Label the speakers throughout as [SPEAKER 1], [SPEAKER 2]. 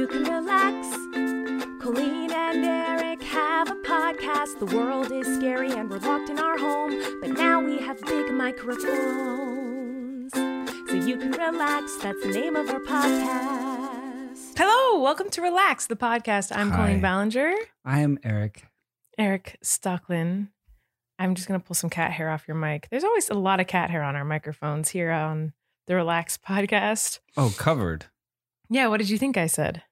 [SPEAKER 1] relax. Colleen and Eric have a podcast. The world is scary and we're locked in our home, but now we have big microphones. So you can relax. That's the name of our podcast.
[SPEAKER 2] Hello, welcome to Relax, the podcast. I'm
[SPEAKER 3] Hi.
[SPEAKER 2] Colleen Ballinger,
[SPEAKER 3] I am Eric.
[SPEAKER 2] Eric Stocklin. I'm just going to pull some cat hair off your mic. There's always a lot of cat hair on our microphones here on the Relax podcast.
[SPEAKER 3] Oh, covered.
[SPEAKER 2] Yeah, what did you think I said?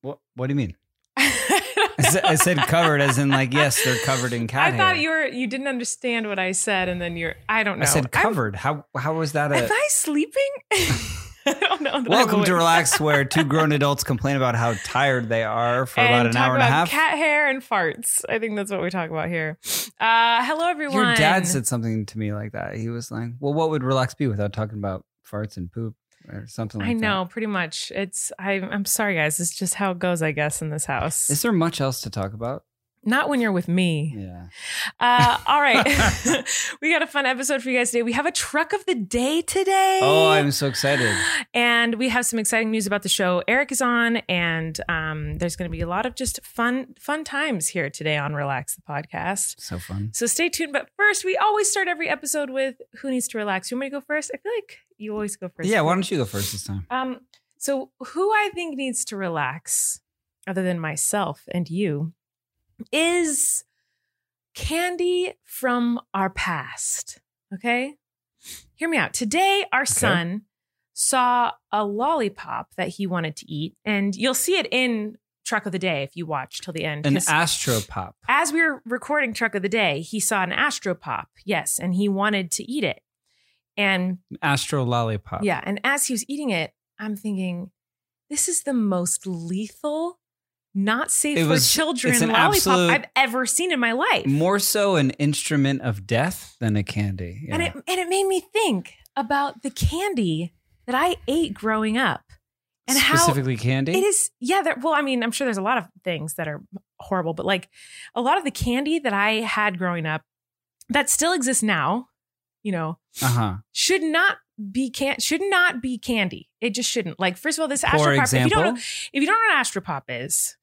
[SPEAKER 3] What What do you mean?
[SPEAKER 2] I
[SPEAKER 3] I said, I said covered as in like yes, they're covered in cat hair.
[SPEAKER 2] thought you were you didn't understand what I said, and then you're I don't know.
[SPEAKER 3] I said
[SPEAKER 2] I'm-
[SPEAKER 3] covered. how How was that
[SPEAKER 2] Am
[SPEAKER 3] a?
[SPEAKER 2] I sleeping? I don't know. that I'm
[SPEAKER 3] Welcome to
[SPEAKER 2] awake.
[SPEAKER 3] Relax, where two grown adults complain about how tired they are for about
[SPEAKER 2] And
[SPEAKER 3] an
[SPEAKER 2] talk
[SPEAKER 3] hour and a
[SPEAKER 2] about
[SPEAKER 3] half.
[SPEAKER 2] Cat hair and farts. I think that's what we talk about here. Uh, hello, everyone.
[SPEAKER 3] Your dad said something to me like that. He was like, "Well, what would relax be without talking about farts and poop or something?" like
[SPEAKER 2] I
[SPEAKER 3] that.
[SPEAKER 2] know, pretty much. It's I, I'm sorry, guys. It's just how it goes, I guess, in this house.
[SPEAKER 3] Is there much else to talk about?
[SPEAKER 2] Not when you're with me.
[SPEAKER 3] Yeah.
[SPEAKER 2] Uh, all right, we got a fun episode for you guys today. We have a truck of the day today.
[SPEAKER 3] Oh, I'm so excited.
[SPEAKER 2] And we have some exciting news about the show. Eric is on, and um, there's going to be a lot of just fun, fun times here today on Relax the podcast.
[SPEAKER 3] So fun.
[SPEAKER 2] So stay tuned. But first, we always start every episode with who needs to relax. You want me to go first? I feel like you always go first.
[SPEAKER 3] Yeah. Why don't you go first this time?
[SPEAKER 2] Um, so who I think needs to relax, other than myself and you, is Candy from our past. Okay? Hear me out. Today, our son saw a lollipop that he wanted to eat, and you'll see it in Truck of the Day if you watch till the end.
[SPEAKER 3] An
[SPEAKER 2] 'cause-
[SPEAKER 3] Astro Pop.
[SPEAKER 2] as we were recording Truck of the Day, he saw an Astropop, yes, and he wanted to eat it. And
[SPEAKER 3] Astro Lollipop.
[SPEAKER 2] yeah, and as he was eating it, I'm thinking, this is the most lethal, not safe
[SPEAKER 3] It
[SPEAKER 2] for
[SPEAKER 3] was-
[SPEAKER 2] children
[SPEAKER 3] it's an
[SPEAKER 2] lollipop
[SPEAKER 3] absolute-
[SPEAKER 2] I've ever seen in my life.
[SPEAKER 3] more so an instrument of death than a candy. Yeah.
[SPEAKER 2] And it and it made me think about the candy that I ate growing up. And how
[SPEAKER 3] specifically candy.
[SPEAKER 2] It is, yeah. There, well, I mean, I'm sure there's a lot of things that are horrible, but like a lot of the candy that I had growing up that still exists now, you know,
[SPEAKER 3] Uh huh.
[SPEAKER 2] should not be can should not be candy. It just shouldn't. Like, first of all, this
[SPEAKER 3] For
[SPEAKER 2] Astropop. If you don't
[SPEAKER 3] example,
[SPEAKER 2] know, if you don't know what Astropop is,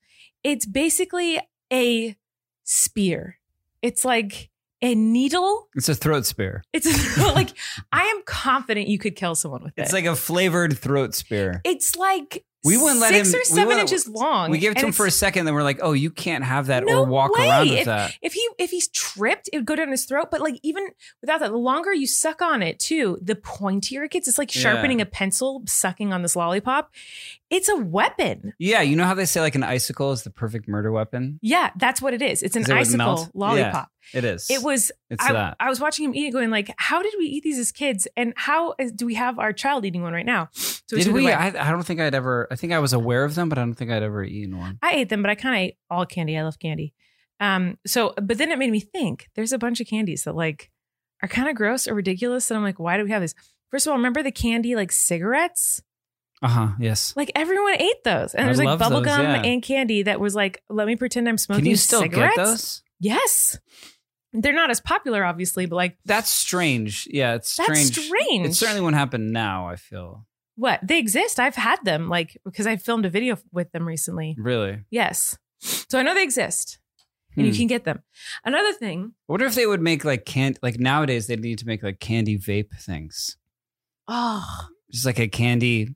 [SPEAKER 2] it's basically a spear. It's like a needle.
[SPEAKER 3] it's a throat spear.
[SPEAKER 2] It's like I am confident you could kill someone with
[SPEAKER 3] It's
[SPEAKER 2] it.
[SPEAKER 3] like a flavored throat spear.
[SPEAKER 2] it's like
[SPEAKER 3] We wouldn't let
[SPEAKER 2] six
[SPEAKER 3] him-
[SPEAKER 2] or
[SPEAKER 3] we
[SPEAKER 2] seven
[SPEAKER 3] wouldn't-
[SPEAKER 2] inches long.
[SPEAKER 3] we gave it
[SPEAKER 2] and
[SPEAKER 3] to him
[SPEAKER 2] it's-
[SPEAKER 3] for a second, then we're like, "Oh, you can't have that
[SPEAKER 2] No
[SPEAKER 3] or walk
[SPEAKER 2] way.
[SPEAKER 3] around with that."
[SPEAKER 2] if he if he's tripped, it would go down his throat. But like even without that, the longer you suck on it too, the pointier it gets. It's like
[SPEAKER 3] Yeah.
[SPEAKER 2] sharpening a pencil, sucking on this lollipop. It's a weapon.
[SPEAKER 3] Yeah, you know how they say like an icicle is the perfect murder weapon.
[SPEAKER 2] Yeah, that's what it is. It's an
[SPEAKER 3] Is it would
[SPEAKER 2] icicle
[SPEAKER 3] melt?
[SPEAKER 2] lollipop.
[SPEAKER 3] It is.
[SPEAKER 2] It was.
[SPEAKER 3] It's
[SPEAKER 2] I,
[SPEAKER 3] that.
[SPEAKER 2] I was watching him eat it, going like, "How did we eat these as kids? And how is, do we have our child eating one right now?" So it's
[SPEAKER 3] Did
[SPEAKER 2] either
[SPEAKER 3] we?
[SPEAKER 2] way.
[SPEAKER 3] I, I don't think I'd ever. I think I was aware of them, but I don't think I'd ever eaten one.
[SPEAKER 2] I ate them, but I kind of ate all candy. I love candy. Um, so, but then it made me think there's a bunch of candies that like are kind of gross or ridiculous. And I'm like, why do we have this? First of all, remember the candy like cigarettes?
[SPEAKER 3] Uh huh. Yes.
[SPEAKER 2] Like everyone ate those. And
[SPEAKER 3] I
[SPEAKER 2] there's like
[SPEAKER 3] love
[SPEAKER 2] bubble
[SPEAKER 3] those,
[SPEAKER 2] gum
[SPEAKER 3] yeah.
[SPEAKER 2] and candy that was like, let me pretend I'm smoking
[SPEAKER 3] Can you still
[SPEAKER 2] cigarettes.
[SPEAKER 3] get those?
[SPEAKER 2] Yes. They're not as popular, obviously, but like
[SPEAKER 3] That's strange. Yeah, it's
[SPEAKER 2] That's
[SPEAKER 3] strange.
[SPEAKER 2] strange.
[SPEAKER 3] It certainly wouldn't happen now. I feel
[SPEAKER 2] what? They exist. I've had them, like, because I filmed a video with them recently.
[SPEAKER 3] really.
[SPEAKER 2] Yes. So I know they exist and
[SPEAKER 3] Hmm.
[SPEAKER 2] you can get them. Another thing
[SPEAKER 3] I wonder if they would make like candy. Like nowadays, they need to make like candy vape things.
[SPEAKER 2] Oh,
[SPEAKER 3] Just like a candy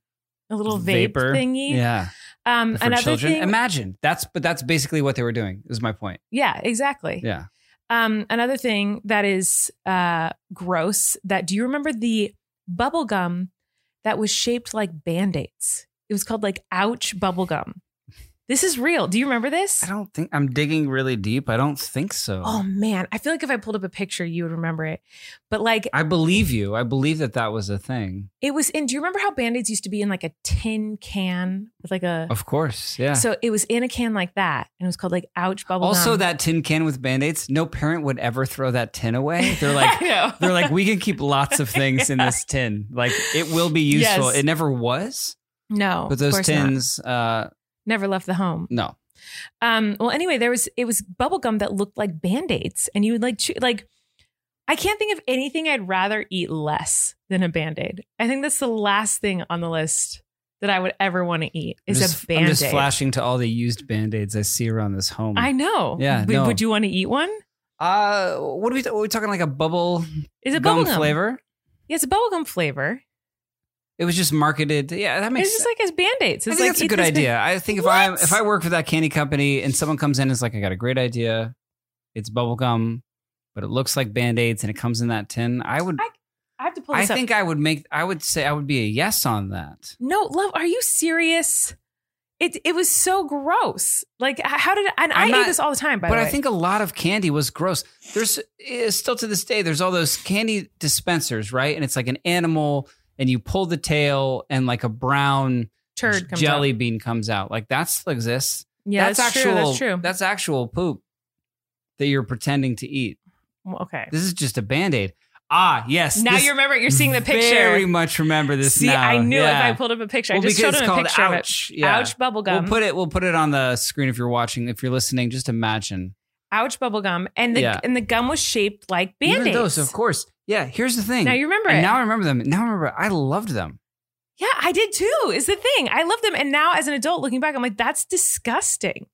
[SPEAKER 2] a little vape
[SPEAKER 3] vapor
[SPEAKER 2] thingy.
[SPEAKER 3] Yeah,
[SPEAKER 2] Um,
[SPEAKER 3] for
[SPEAKER 2] another
[SPEAKER 3] children.
[SPEAKER 2] thing.
[SPEAKER 3] Imagine that's, but that's basically what they were doing. Is my point.
[SPEAKER 2] yeah, exactly.
[SPEAKER 3] Yeah.
[SPEAKER 2] Um, another thing that is uh gross. That do you remember the bubble gum that was shaped like band aids? It was called like ouch bubble gum. This is real. Do you remember this?
[SPEAKER 3] I don't think I'm digging really deep. I don't think so.
[SPEAKER 2] Oh man, I feel like if I pulled up a picture, you would remember it. But like
[SPEAKER 3] I believe you. I believe that that was a thing.
[SPEAKER 2] it was in. Do you remember how band aids used to be in like a tin can with like a?
[SPEAKER 3] Of course. Oh, Yeah.
[SPEAKER 2] So it was in a can like that, and it was called like ouch bubble.
[SPEAKER 3] also,
[SPEAKER 2] gum.
[SPEAKER 3] that tin can with band aids, no parent would ever throw that tin away. They're like,
[SPEAKER 2] I know.
[SPEAKER 3] They're like, we can keep lots of things in this tin. Like it will be useful.
[SPEAKER 2] Yes.
[SPEAKER 3] It never was,
[SPEAKER 2] No,
[SPEAKER 3] but
[SPEAKER 2] of
[SPEAKER 3] those
[SPEAKER 2] course not.
[SPEAKER 3] tins, uh,
[SPEAKER 2] never left the home.
[SPEAKER 3] no.
[SPEAKER 2] Um, well, anyway, there was it was bubble gum that looked like band aids, and you would like chew, like I can't think of anything I'd rather eat less than a band aid. I think that's the last thing on the list that I would ever want to eat is
[SPEAKER 3] just,
[SPEAKER 2] a band
[SPEAKER 3] I'm just flashing to all the used band aids I see around this home.
[SPEAKER 2] I know.
[SPEAKER 3] Yeah,
[SPEAKER 2] Would-
[SPEAKER 3] no.
[SPEAKER 2] Would you want to eat one?
[SPEAKER 3] uh, what are we? Are we talking like a bubble
[SPEAKER 2] Is it
[SPEAKER 3] gum
[SPEAKER 2] bubblegum
[SPEAKER 3] flavor?
[SPEAKER 2] Yeah, it's a bubblegum flavor.
[SPEAKER 3] It was just marketed. Yeah, that makes.
[SPEAKER 2] it's just like as band aids.
[SPEAKER 3] I
[SPEAKER 2] It's
[SPEAKER 3] think
[SPEAKER 2] like
[SPEAKER 3] that's a
[SPEAKER 2] eat
[SPEAKER 3] good
[SPEAKER 2] this thing.
[SPEAKER 3] idea. I think if
[SPEAKER 2] What?
[SPEAKER 3] I if I work for that candy company and someone comes in and is like, I got a great idea, it's bubble gum, but it looks like band aids and it comes in that tin. I would.
[SPEAKER 2] I have to pull
[SPEAKER 3] I,
[SPEAKER 2] this up.
[SPEAKER 3] think I would make. I would say I would be a yes on that.
[SPEAKER 2] No, love, are you serious? It it was so gross. Like h- how did and i
[SPEAKER 3] I'm
[SPEAKER 2] eat
[SPEAKER 3] not-
[SPEAKER 2] this all the time, by
[SPEAKER 3] but
[SPEAKER 2] the way.
[SPEAKER 3] I think a lot of candy was gross. There's eh, still to this day, there's all those candy dispensers, right? And it's like an animal, and you pull the tail, and like a brown
[SPEAKER 2] turd comes
[SPEAKER 3] jelly
[SPEAKER 2] Up.
[SPEAKER 3] bean comes out. Like that still exists.
[SPEAKER 2] Yeah,
[SPEAKER 3] that's,
[SPEAKER 2] that's,
[SPEAKER 3] actual.
[SPEAKER 2] true. That's true.
[SPEAKER 3] That's actual poop that you're pretending to eat.
[SPEAKER 2] Well, okay.
[SPEAKER 3] This is just a band aid. Ah, yes.
[SPEAKER 2] now
[SPEAKER 3] this-
[SPEAKER 2] you remember you're seeing the picture.
[SPEAKER 3] Very much remember this
[SPEAKER 2] See,
[SPEAKER 3] now.
[SPEAKER 2] I knew
[SPEAKER 3] Yeah.
[SPEAKER 2] if I pulled up a picture. I
[SPEAKER 3] Well,
[SPEAKER 2] just
[SPEAKER 3] because
[SPEAKER 2] showed
[SPEAKER 3] it's
[SPEAKER 2] him a
[SPEAKER 3] called
[SPEAKER 2] picture
[SPEAKER 3] ouch.
[SPEAKER 2] of it.
[SPEAKER 3] Yeah.
[SPEAKER 2] Ouch bubble
[SPEAKER 3] We'll
[SPEAKER 2] gum.
[SPEAKER 3] put it. We'll put it on the screen if you're watching. If you're listening, just imagine.
[SPEAKER 2] ouch bubble gum. And the
[SPEAKER 3] Yeah.
[SPEAKER 2] and the gum was shaped like band
[SPEAKER 3] Even
[SPEAKER 2] aids.
[SPEAKER 3] those, of course. Yeah. Here's the thing.
[SPEAKER 2] Now you remember
[SPEAKER 3] And
[SPEAKER 2] it.
[SPEAKER 3] now I remember them. Now I remember. I loved them.
[SPEAKER 2] Yeah, I did too. Is the thing I love them, and now as an adult looking back, I'm like, that's disgusting.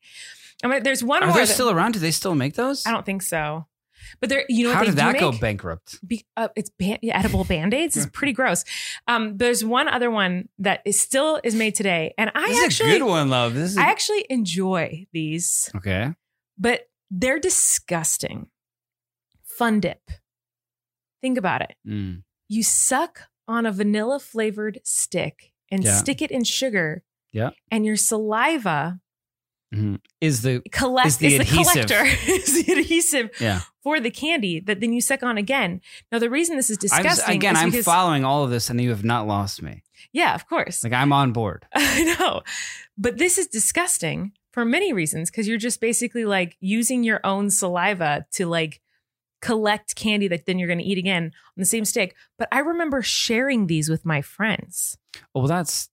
[SPEAKER 2] I mean, there's one
[SPEAKER 3] Are
[SPEAKER 2] more.
[SPEAKER 3] they
[SPEAKER 2] that-
[SPEAKER 3] still around? Do they still make those?
[SPEAKER 2] I don't think so, but there. You know
[SPEAKER 3] How
[SPEAKER 2] what they
[SPEAKER 3] did that
[SPEAKER 2] do
[SPEAKER 3] go
[SPEAKER 2] make?
[SPEAKER 3] bankrupt?
[SPEAKER 2] Be, uh, it's ban- yeah, edible band aids. It's pretty gross. Um, there's one other one that is still is made today, and I
[SPEAKER 3] this
[SPEAKER 2] actually
[SPEAKER 3] is a good one, love. This is
[SPEAKER 2] I actually enjoy these,
[SPEAKER 3] okay.
[SPEAKER 2] but they're disgusting. Fun dip. Think about it.
[SPEAKER 3] Mm.
[SPEAKER 2] you suck on a vanilla flavored stick and
[SPEAKER 3] Yeah.
[SPEAKER 2] stick it in sugar.
[SPEAKER 3] Yeah.
[SPEAKER 2] And your saliva
[SPEAKER 3] Is the
[SPEAKER 2] collect
[SPEAKER 3] Is
[SPEAKER 2] is
[SPEAKER 3] the
[SPEAKER 2] the,
[SPEAKER 3] adhesive.
[SPEAKER 2] collector is the adhesive
[SPEAKER 3] Yeah.
[SPEAKER 2] for the candy that then you suck on again. Now the reason this is disgusting
[SPEAKER 3] I'm just- again?
[SPEAKER 2] is
[SPEAKER 3] I'm
[SPEAKER 2] because
[SPEAKER 3] following all of this, and you have not lost me.
[SPEAKER 2] yeah, of course.
[SPEAKER 3] Like I'm on board.
[SPEAKER 2] I know. But this is disgusting for many reasons because you're just basically like using your own saliva to like collect candy that then you're going to eat again on the same stick. But I remember sharing these with my friends.
[SPEAKER 3] Oh, well, that's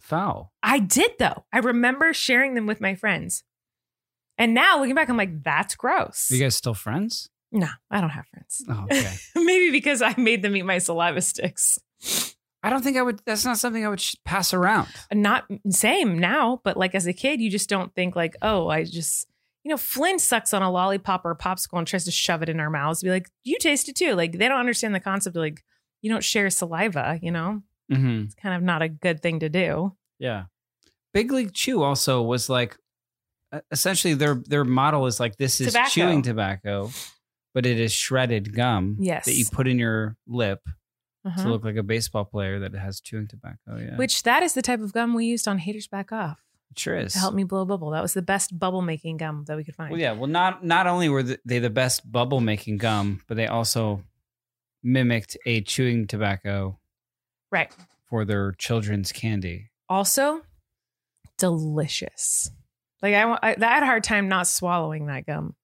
[SPEAKER 3] foul.
[SPEAKER 2] I did though. I remember sharing them with my friends. And now looking back, I'm like, that's gross.
[SPEAKER 3] Are you guys still friends?
[SPEAKER 2] no, I don't have friends.
[SPEAKER 3] Oh, okay.
[SPEAKER 2] Maybe because I made them eat my saliva sticks.
[SPEAKER 3] I don't think I would. That's not something I would sh- pass around.
[SPEAKER 2] Not same now, but like as a kid, you just don't think like, oh, I just, you know, Flynn sucks on a lollipop or a popsicle and tries to shove it in our mouths. Be like, you taste it too. Like they don't understand the concept of like, you don't share saliva, you know?
[SPEAKER 3] Mm-hmm.
[SPEAKER 2] It's kind of not a good thing to do.
[SPEAKER 3] Yeah. Big League Chew also was like, e- essentially their their model is like this is
[SPEAKER 2] Tobacco.
[SPEAKER 3] chewing tobacco, but it is shredded gum.
[SPEAKER 2] Yes.
[SPEAKER 3] That you put in your lip
[SPEAKER 2] Uh-huh.
[SPEAKER 3] to look like a baseball player that has chewing tobacco. Yeah.
[SPEAKER 2] Which that is the type of gum we used on Haters Back Off.
[SPEAKER 3] It sure is.
[SPEAKER 2] to help me blow a bubble. That was the best bubble making gum that we could find.
[SPEAKER 3] Well, yeah. Well, not not only were th- they the best bubble making gum, but they also mimicked a chewing tobacco
[SPEAKER 2] Right.
[SPEAKER 3] for their children's candy.
[SPEAKER 2] Also, delicious. Like I, wa- I, I had a hard time not swallowing that gum.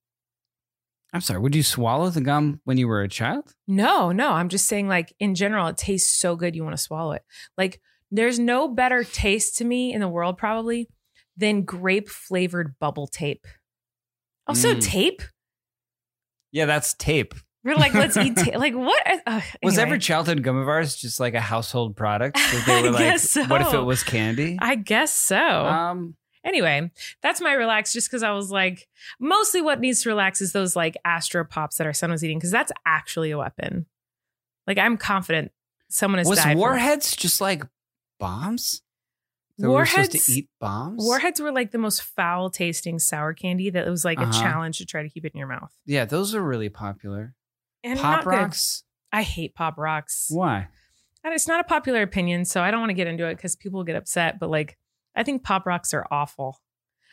[SPEAKER 3] I'm sorry. Would you swallow the gum when you were a child?
[SPEAKER 2] No, no. I'm just saying, like in general, it tastes so good you want to swallow it. Like there's no better taste to me in the world probably than grape flavored bubble tape. Also,
[SPEAKER 3] Mm.
[SPEAKER 2] tape.
[SPEAKER 3] Yeah, that's tape.
[SPEAKER 2] We're like, let's eat. Ta- like what? Uh,
[SPEAKER 3] Was
[SPEAKER 2] anyway.
[SPEAKER 3] every childhood gum of ours just like a household product? That they were
[SPEAKER 2] I
[SPEAKER 3] like,
[SPEAKER 2] guess so.
[SPEAKER 3] what if it was candy?
[SPEAKER 2] I guess so.
[SPEAKER 3] um,
[SPEAKER 2] Anyway, that's my relax just because I was like, mostly what needs to relax is those like Astro Pops that our son was eating because that's actually a weapon. Like, I'm confident someone has
[SPEAKER 3] was
[SPEAKER 2] died. from-
[SPEAKER 3] warheads just like bombs? That we were supposed
[SPEAKER 2] Warheads-
[SPEAKER 3] to eat bombs.
[SPEAKER 2] Warheads were like the most foul tasting sour candy that it was like
[SPEAKER 3] Uh-huh.
[SPEAKER 2] a challenge to try to keep it in your mouth.
[SPEAKER 3] Yeah, those are really popular.
[SPEAKER 2] And not
[SPEAKER 3] Pop
[SPEAKER 2] good.
[SPEAKER 3] rocks.
[SPEAKER 2] I hate Pop Rocks.
[SPEAKER 3] Why?
[SPEAKER 2] And it's not a popular opinion, so I don't want to get into it because people get upset, but like, I think Pop Rocks are awful.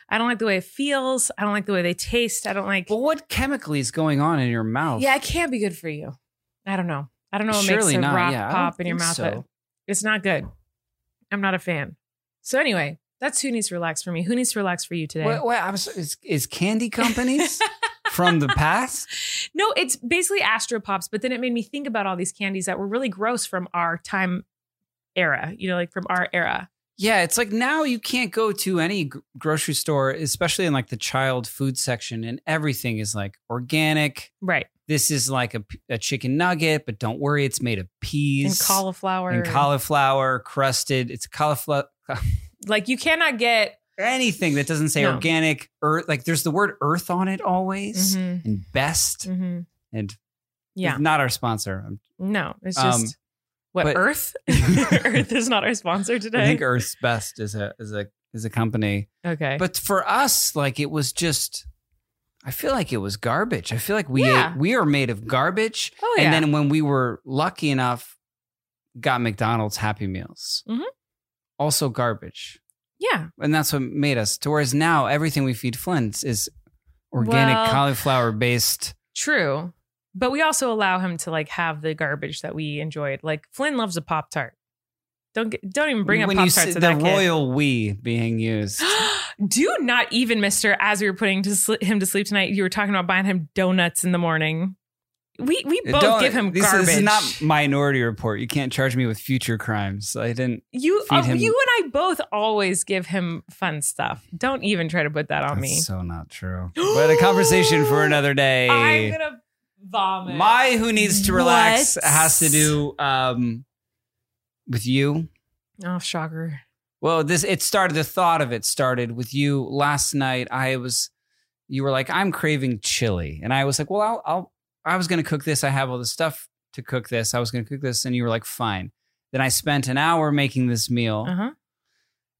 [SPEAKER 2] I don't like the way it feels. I don't like the way they taste. I don't like.
[SPEAKER 3] Well, what chemically is going on in your mouth?
[SPEAKER 2] Yeah, it can't be good for you. I don't know. I don't know what
[SPEAKER 3] Surely
[SPEAKER 2] makes a
[SPEAKER 3] not.
[SPEAKER 2] rock
[SPEAKER 3] Yeah, I don't
[SPEAKER 2] pop in your
[SPEAKER 3] think
[SPEAKER 2] mouth,
[SPEAKER 3] so.
[SPEAKER 2] but it's not good. I'm not a fan. So anyway, that's who needs to relax for me. Who needs to relax for you today?
[SPEAKER 3] Wait, wait, I'm sorry, is, is candy companies from the past?
[SPEAKER 2] No, it's basically Astro Pops, but then it made me think about all these candies that were really gross from our time era, you know, like from our era.
[SPEAKER 3] Yeah, it's like now you can't go to any gr- grocery store, especially in like the child food section, and everything is like organic.
[SPEAKER 2] Right.
[SPEAKER 3] This is like a, p- a chicken nugget, but don't worry, it's made of
[SPEAKER 2] And
[SPEAKER 3] peas
[SPEAKER 2] cauliflower.
[SPEAKER 3] and cauliflower crusted. It's cauliflower.
[SPEAKER 2] like you cannot get
[SPEAKER 3] Anything that doesn't say
[SPEAKER 2] No.
[SPEAKER 3] organic, earth, like there's the word earth on it always,
[SPEAKER 2] Mhm,
[SPEAKER 3] and best,
[SPEAKER 2] mhm.
[SPEAKER 3] and
[SPEAKER 2] Yeah.
[SPEAKER 3] not our sponsor. I'm
[SPEAKER 2] No, it's
[SPEAKER 3] Um,
[SPEAKER 2] just what
[SPEAKER 3] but-
[SPEAKER 2] Earth? Earth is not our sponsor today.
[SPEAKER 3] I think Earth's Best is a is a is a company.
[SPEAKER 2] okay.
[SPEAKER 3] But for us, like it was just I feel like it was garbage. I feel like we
[SPEAKER 2] Yeah.
[SPEAKER 3] ate, we are made of garbage.
[SPEAKER 2] oh yeah.
[SPEAKER 3] And then when we were lucky enough, got McDonald's Happy Meals.
[SPEAKER 2] Mhm.
[SPEAKER 3] Also garbage.
[SPEAKER 2] yeah.
[SPEAKER 3] And that's what made us to whereas now everything we feed Flint is organic
[SPEAKER 2] Well-
[SPEAKER 3] cauliflower based.
[SPEAKER 2] True. But we also allow him to like have the garbage that we enjoyed. Like Flynn loves a Pop Tart. Don't get, don't even bring up
[SPEAKER 3] when
[SPEAKER 2] Pop
[SPEAKER 3] you
[SPEAKER 2] Tarts
[SPEAKER 3] see
[SPEAKER 2] to
[SPEAKER 3] the
[SPEAKER 2] that kid.
[SPEAKER 3] royal we being used.
[SPEAKER 2] Do not even, Mister. As we were putting to sl- him to sleep tonight, you were talking about buying him donuts in the morning. We we both
[SPEAKER 3] Uh, Don't-
[SPEAKER 2] give him
[SPEAKER 3] this, is-
[SPEAKER 2] garbage.
[SPEAKER 3] This is not Minority Report. You can't charge me with future crimes. I didn't.
[SPEAKER 2] you.
[SPEAKER 3] feed
[SPEAKER 2] uh,
[SPEAKER 3] him-
[SPEAKER 2] You and I both always give him fun stuff. Don't even try to put that on
[SPEAKER 3] That's
[SPEAKER 2] me.
[SPEAKER 3] so not true. But a conversation for another day.
[SPEAKER 2] I'm gonna vomit.
[SPEAKER 3] My who needs to relax
[SPEAKER 1] What?
[SPEAKER 3] has to do um, with you.
[SPEAKER 2] oh shocker.
[SPEAKER 3] Well, this it started. The thought of it started with you last night. I was, you were like, I'm craving chili, and I was like, well, I'll, I'll I was gonna cook this. I have all the stuff to cook this. I was gonna cook this, and you were like, fine. Then I spent an hour making this meal.
[SPEAKER 2] Uh huh.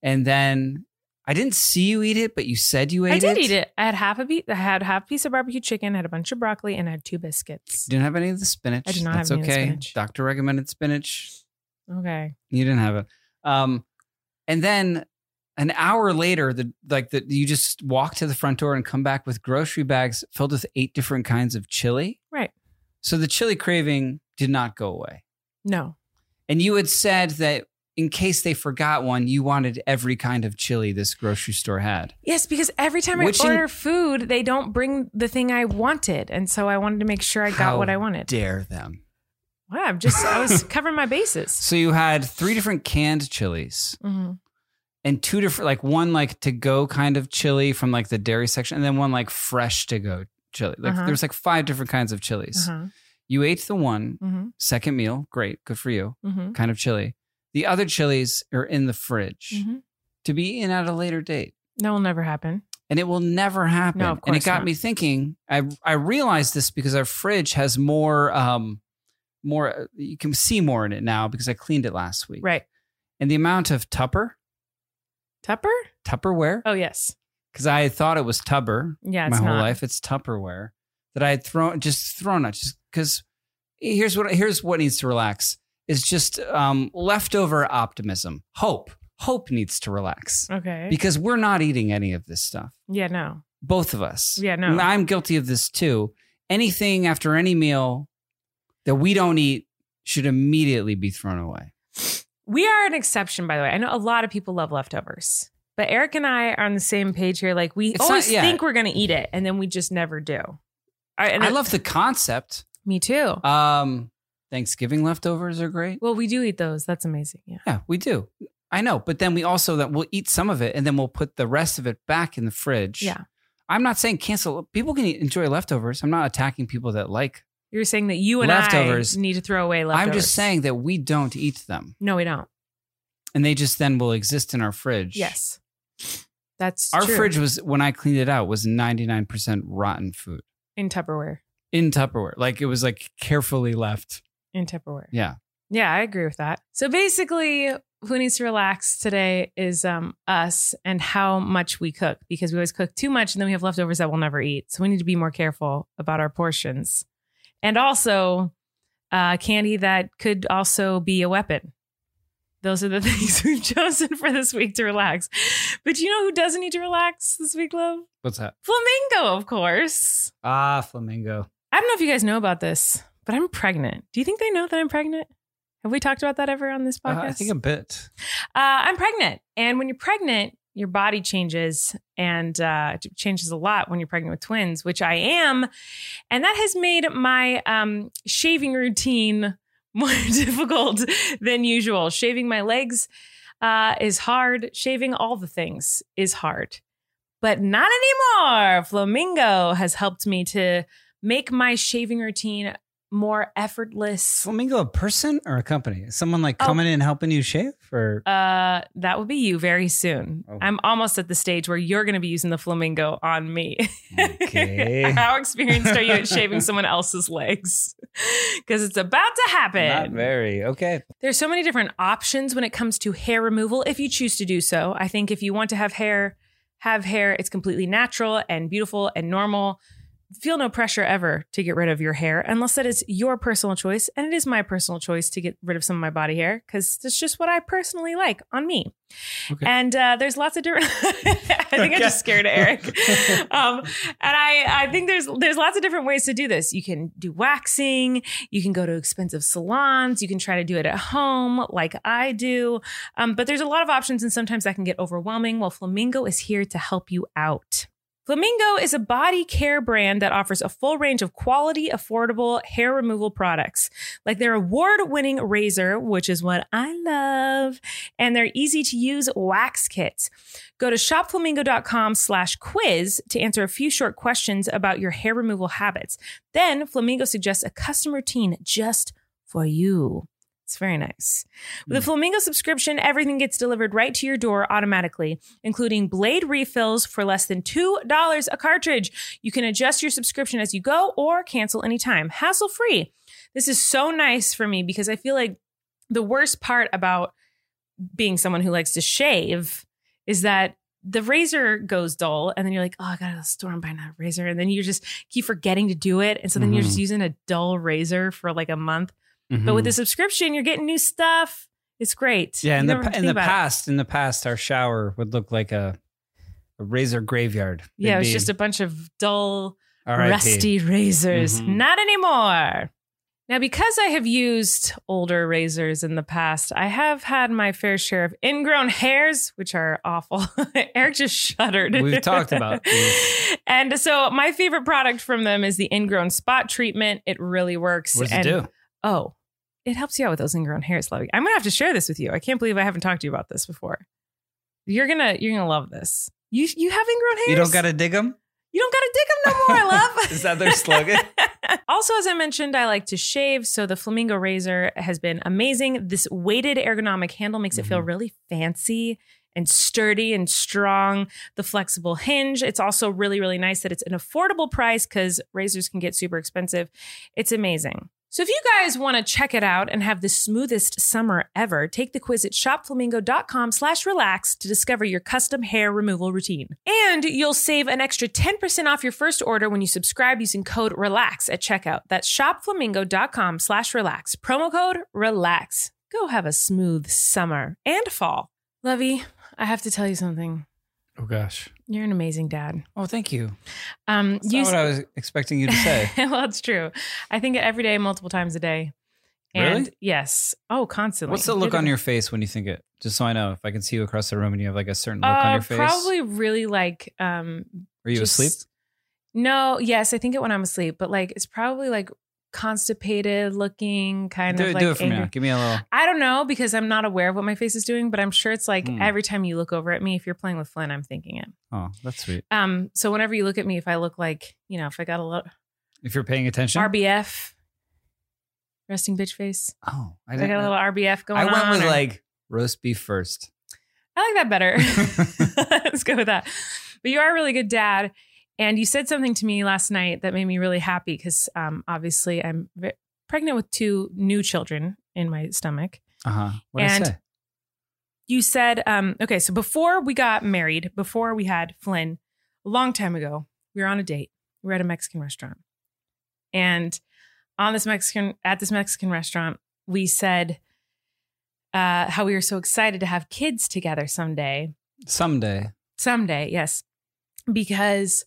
[SPEAKER 3] and then I didn't see you eat it, but you said you ate
[SPEAKER 2] I
[SPEAKER 3] it.
[SPEAKER 2] did eat it. I had half a be- I had half a piece of barbecue chicken, had a bunch of broccoli, and I had two biscuits.
[SPEAKER 3] You didn't have any of the spinach.
[SPEAKER 2] I did not
[SPEAKER 3] That's
[SPEAKER 2] have any of the
[SPEAKER 3] okay.
[SPEAKER 2] spinach.
[SPEAKER 3] Doctor recommended spinach.
[SPEAKER 2] Okay.
[SPEAKER 3] You didn't have it. Um, and then an hour later, the like the you just walk to the front door and come back with grocery bags filled with eight different kinds of chili.
[SPEAKER 2] Right.
[SPEAKER 3] So the chili craving did not go away.
[SPEAKER 2] No.
[SPEAKER 3] And you had said that in case they forgot one, you wanted every kind of chili this grocery store had.
[SPEAKER 2] Yes, because every time
[SPEAKER 3] Which
[SPEAKER 2] I
[SPEAKER 3] in-
[SPEAKER 2] order food, they don't bring the thing I wanted, and so I wanted to make sure I got
[SPEAKER 3] How
[SPEAKER 2] what I wanted.
[SPEAKER 3] Dare them.
[SPEAKER 2] wow, I'm just I was covering my bases.
[SPEAKER 3] So you had three different canned chilies.
[SPEAKER 2] hmm
[SPEAKER 3] and two different like one like to go kind of chili from like the dairy section and then one like fresh to go chili like
[SPEAKER 2] Uh-huh.
[SPEAKER 3] there's like five different kinds of chilies
[SPEAKER 2] Uh-huh.
[SPEAKER 3] you ate the one
[SPEAKER 2] hmm
[SPEAKER 3] second meal great good for you
[SPEAKER 2] hmm
[SPEAKER 3] kind of chili the other chilies are in the fridge
[SPEAKER 2] hmm
[SPEAKER 3] to be eaten at a later date
[SPEAKER 2] That will never happen.
[SPEAKER 3] and it will never happen
[SPEAKER 2] No, of
[SPEAKER 3] and
[SPEAKER 2] course
[SPEAKER 3] it got
[SPEAKER 2] not.
[SPEAKER 3] me thinking i i realized this because our fridge has more um more you can see more in it now because i cleaned it last week
[SPEAKER 2] Right.
[SPEAKER 3] and the amount of tupper
[SPEAKER 2] Tupper?
[SPEAKER 3] tupperware
[SPEAKER 2] Oh yes.
[SPEAKER 3] because i thought it was tubber
[SPEAKER 2] Yeah. It's
[SPEAKER 3] my whole
[SPEAKER 2] not.
[SPEAKER 3] life. It's Tupperware that I had thrown just thrown out just because here's what here's what needs to relax is just um, leftover optimism, hope. Hope needs to relax
[SPEAKER 2] Okay.
[SPEAKER 3] because we're not eating any of this stuff.
[SPEAKER 2] yeah. No.
[SPEAKER 3] Both of us.
[SPEAKER 2] Yeah, no.
[SPEAKER 3] I'm guilty of this too. Anything after any meal that we don't eat should immediately be thrown away.
[SPEAKER 2] We are an exception, by the way. I know a lot of people love leftovers, but Eric and I are on the same page here. Like we
[SPEAKER 3] It's not-
[SPEAKER 2] always
[SPEAKER 3] yeah.
[SPEAKER 2] think we're going to eat it, and then we just never do. I, and
[SPEAKER 3] I love the concept.
[SPEAKER 2] me too.
[SPEAKER 3] Um, Thanksgiving leftovers are great.
[SPEAKER 2] well, we do eat those. That's amazing. Yeah.
[SPEAKER 3] Yeah, we do. I know, but then we also that we'll eat some of it and then we'll put the rest of it back in the fridge.
[SPEAKER 2] Yeah.
[SPEAKER 3] I'm not saying cancel. People can eat- enjoy leftovers. I'm not attacking people that like.
[SPEAKER 2] You're saying that you and
[SPEAKER 3] Leftovers.
[SPEAKER 2] I need to throw away leftovers.
[SPEAKER 3] I'm just saying that we don't eat them,
[SPEAKER 2] No, we don't.
[SPEAKER 3] and they just then will exist in our fridge.
[SPEAKER 2] Yes. That's
[SPEAKER 3] Our
[SPEAKER 2] true.
[SPEAKER 3] fridge was when I cleaned it out was 99% rotten food
[SPEAKER 2] in Tupperware.
[SPEAKER 3] in Tupperware. Like it was like carefully left.
[SPEAKER 2] In Tupperware.
[SPEAKER 3] Yeah.
[SPEAKER 2] Yeah, I agree with that. So basically, who needs to relax today is um us and how much we cook because we always cook too much and then we have leftovers that we'll never eat. So we need to be more careful about our portions. And also uh candy that could also be a weapon. Those are the things we've chosen for this week to relax. But you know who doesn't need to relax this week, love?
[SPEAKER 3] What's that?
[SPEAKER 2] Flamingo, of course.
[SPEAKER 3] Ah, flamingo.
[SPEAKER 2] I don't know if you guys know about this, but I'm pregnant. Do you think they know that I'm pregnant? Have we talked about that ever on this
[SPEAKER 3] Uh,
[SPEAKER 2] podcast?
[SPEAKER 3] I think a bit.
[SPEAKER 2] Uh, I'm pregnant. And when you're pregnant, your body changes and uh, it changes a lot when you're pregnant with twins, which I am. And that has made my um, shaving routine more difficult than usual. Shaving my legs uh, is hard. Shaving all the things is hard, but not anymore. Flamingo has helped me to make my shaving routine more effortless.
[SPEAKER 3] Flamingo, a person or a company? Is someone like
[SPEAKER 2] Oh.
[SPEAKER 3] coming in and helping you shave? Or
[SPEAKER 2] Uh, that will be you very soon.
[SPEAKER 3] Oh.
[SPEAKER 2] I'm almost at the stage where you're going to be using the flamingo on me.
[SPEAKER 3] Okay.
[SPEAKER 2] How experienced are you at shaving someone else's legs? Because it's about to happen.
[SPEAKER 3] not very. Okay.
[SPEAKER 2] There's so many different options when it comes to hair removal if you choose to do so. I think if you want to have hair, have hair. It's completely natural and beautiful and normal. Feel no pressure ever to get rid of your hair unless that is your personal choice. And it is my personal choice to get rid of some of my body hair because it's just what I personally like on me.
[SPEAKER 3] Okay.
[SPEAKER 2] And uh, there's lots of different. I think I
[SPEAKER 3] Okay.
[SPEAKER 2] just scared Eric. um, and I, I think there's there's lots of different ways to do this. You can do waxing. You can go to expensive salons. You can try to do it at home, like I do. Um, but there's a lot of options, and sometimes that can get overwhelming. Well, Flamingo is here to help you out. Flamingo is a body care brand that offers a full range of quality, affordable hair removal products, like their award winning razor, which is what I love, and their easy to use wax kits. Go to shopflamingo.com slash quiz to answer a few short questions about your hair removal habits. Then Flamingo suggests a custom routine just for you. It's very nice. With a Flamingo subscription, everything gets delivered right to your door automatically, including blade refills for less than $2 a cartridge. You can adjust your subscription as you go or cancel anytime, hassle free. This is so nice for me because I feel like the worst part about being someone who likes to shave is that the razor goes dull and then you're like, oh, I gotta store and buy another razor. And then you just keep forgetting to do it. And so then you're
[SPEAKER 3] Mhm.
[SPEAKER 2] just using a dull razor for like a month.
[SPEAKER 3] Mm-hmm.
[SPEAKER 2] But with a subscription, you're getting new stuff. It's great.
[SPEAKER 3] Hmm. yeah, in
[SPEAKER 2] You
[SPEAKER 3] the
[SPEAKER 2] don't have to
[SPEAKER 3] pa- in
[SPEAKER 2] think
[SPEAKER 3] the
[SPEAKER 2] about it.
[SPEAKER 3] past, in the past, our shower would look like a, a razor graveyard.
[SPEAKER 2] yeah, it was just a bunch of dull,
[SPEAKER 3] RIP.
[SPEAKER 2] rusty razors.
[SPEAKER 3] Mhm.
[SPEAKER 2] Not anymore. Now, because I have used older razors in the past, I have had my fair share of ingrown hairs, which are awful. Eric just shuddered.
[SPEAKER 3] We've talked about these.
[SPEAKER 2] and so, my favorite product from them is the ingrown spot treatment. It really works.
[SPEAKER 3] What does
[SPEAKER 2] and
[SPEAKER 3] it do?
[SPEAKER 2] Oh, it helps you out with those ingrown hairs, Lovey. I'm gonna have to share this with you. I can't believe I haven't talked to you about this before. You're gonna you're gonna love this. You you have ingrown hairs.
[SPEAKER 3] You don't gotta dig them.
[SPEAKER 2] you don't gotta dig them no more, Oh, love.
[SPEAKER 3] Is that their slogan?
[SPEAKER 2] also, as I mentioned, I like to shave, so the flamingo razor has been amazing. This weighted ergonomic handle makes it feel
[SPEAKER 3] Mm-hmm.
[SPEAKER 2] really fancy and sturdy and strong. The flexible hinge. It's also really, really nice that it's an affordable price because razors can get super expensive. It's amazing. So if you guys want to check it out and have the smoothest summer ever, take the quiz at shopflamingo.com slash relax to discover your custom hair removal routine. And you'll save an extra 10% off your first order when you subscribe using code RELAX at checkout. That's shopflamingo.com slash relax. Promo code RELAX. Go have a smooth summer and fall. Lovey, I have to tell you something.
[SPEAKER 3] Oh gosh.
[SPEAKER 2] You're an amazing dad.
[SPEAKER 3] Oh, thank you.
[SPEAKER 2] Um,
[SPEAKER 3] That's
[SPEAKER 2] you
[SPEAKER 3] not what I was expecting you to say.
[SPEAKER 2] well, it's true. I think it every day, multiple times a day. And
[SPEAKER 3] Really?
[SPEAKER 2] yes. Oh, constantly.
[SPEAKER 3] What's the look
[SPEAKER 2] Good-
[SPEAKER 3] on your face when you think it? Just so I know, if I can see you across the room and you have like a certain look on
[SPEAKER 2] Uh,
[SPEAKER 3] your face,
[SPEAKER 2] Probably really like um
[SPEAKER 3] are you
[SPEAKER 2] just-
[SPEAKER 3] asleep?
[SPEAKER 2] No, yes, I think it when I'm asleep, but like it's probably like constipated looking, kind
[SPEAKER 3] Do,
[SPEAKER 2] of
[SPEAKER 3] it-
[SPEAKER 2] like
[SPEAKER 3] do it for me. now.
[SPEAKER 2] angry.
[SPEAKER 3] Give me a little.
[SPEAKER 2] I don't know because I'm not aware of what my face is doing, but I'm sure it's like
[SPEAKER 3] Hmm.
[SPEAKER 2] every time you look over at me, if you're playing with Flynn, I'm thinking it.
[SPEAKER 3] Oh, that's sweet.
[SPEAKER 2] Um, so whenever you look at me, if I look like, you know, if I got a little
[SPEAKER 3] If you're paying attention.
[SPEAKER 2] RBF, resting bitch face.
[SPEAKER 3] oh, I
[SPEAKER 2] I got
[SPEAKER 3] didn't.
[SPEAKER 2] a little RBF going
[SPEAKER 3] I
[SPEAKER 2] on.
[SPEAKER 3] went with
[SPEAKER 2] or-
[SPEAKER 3] like roast beef first.
[SPEAKER 2] I like that better. Let's go with that. But you are a really good dad. And you said something to me last night that made me really happy because um, obviously I'm ve- pregnant with two new children in my stomach.
[SPEAKER 3] Uh huh. What did I
[SPEAKER 2] And-
[SPEAKER 3] say?
[SPEAKER 2] You said, um, okay, so before we got married, before we had Flynn, a long time ago, we were on a date. We were at a Mexican restaurant. And on this Mexican, at this Mexican restaurant, we said uh, how we were so excited to have kids together someday.
[SPEAKER 3] Someday.
[SPEAKER 2] Someday, yes. Because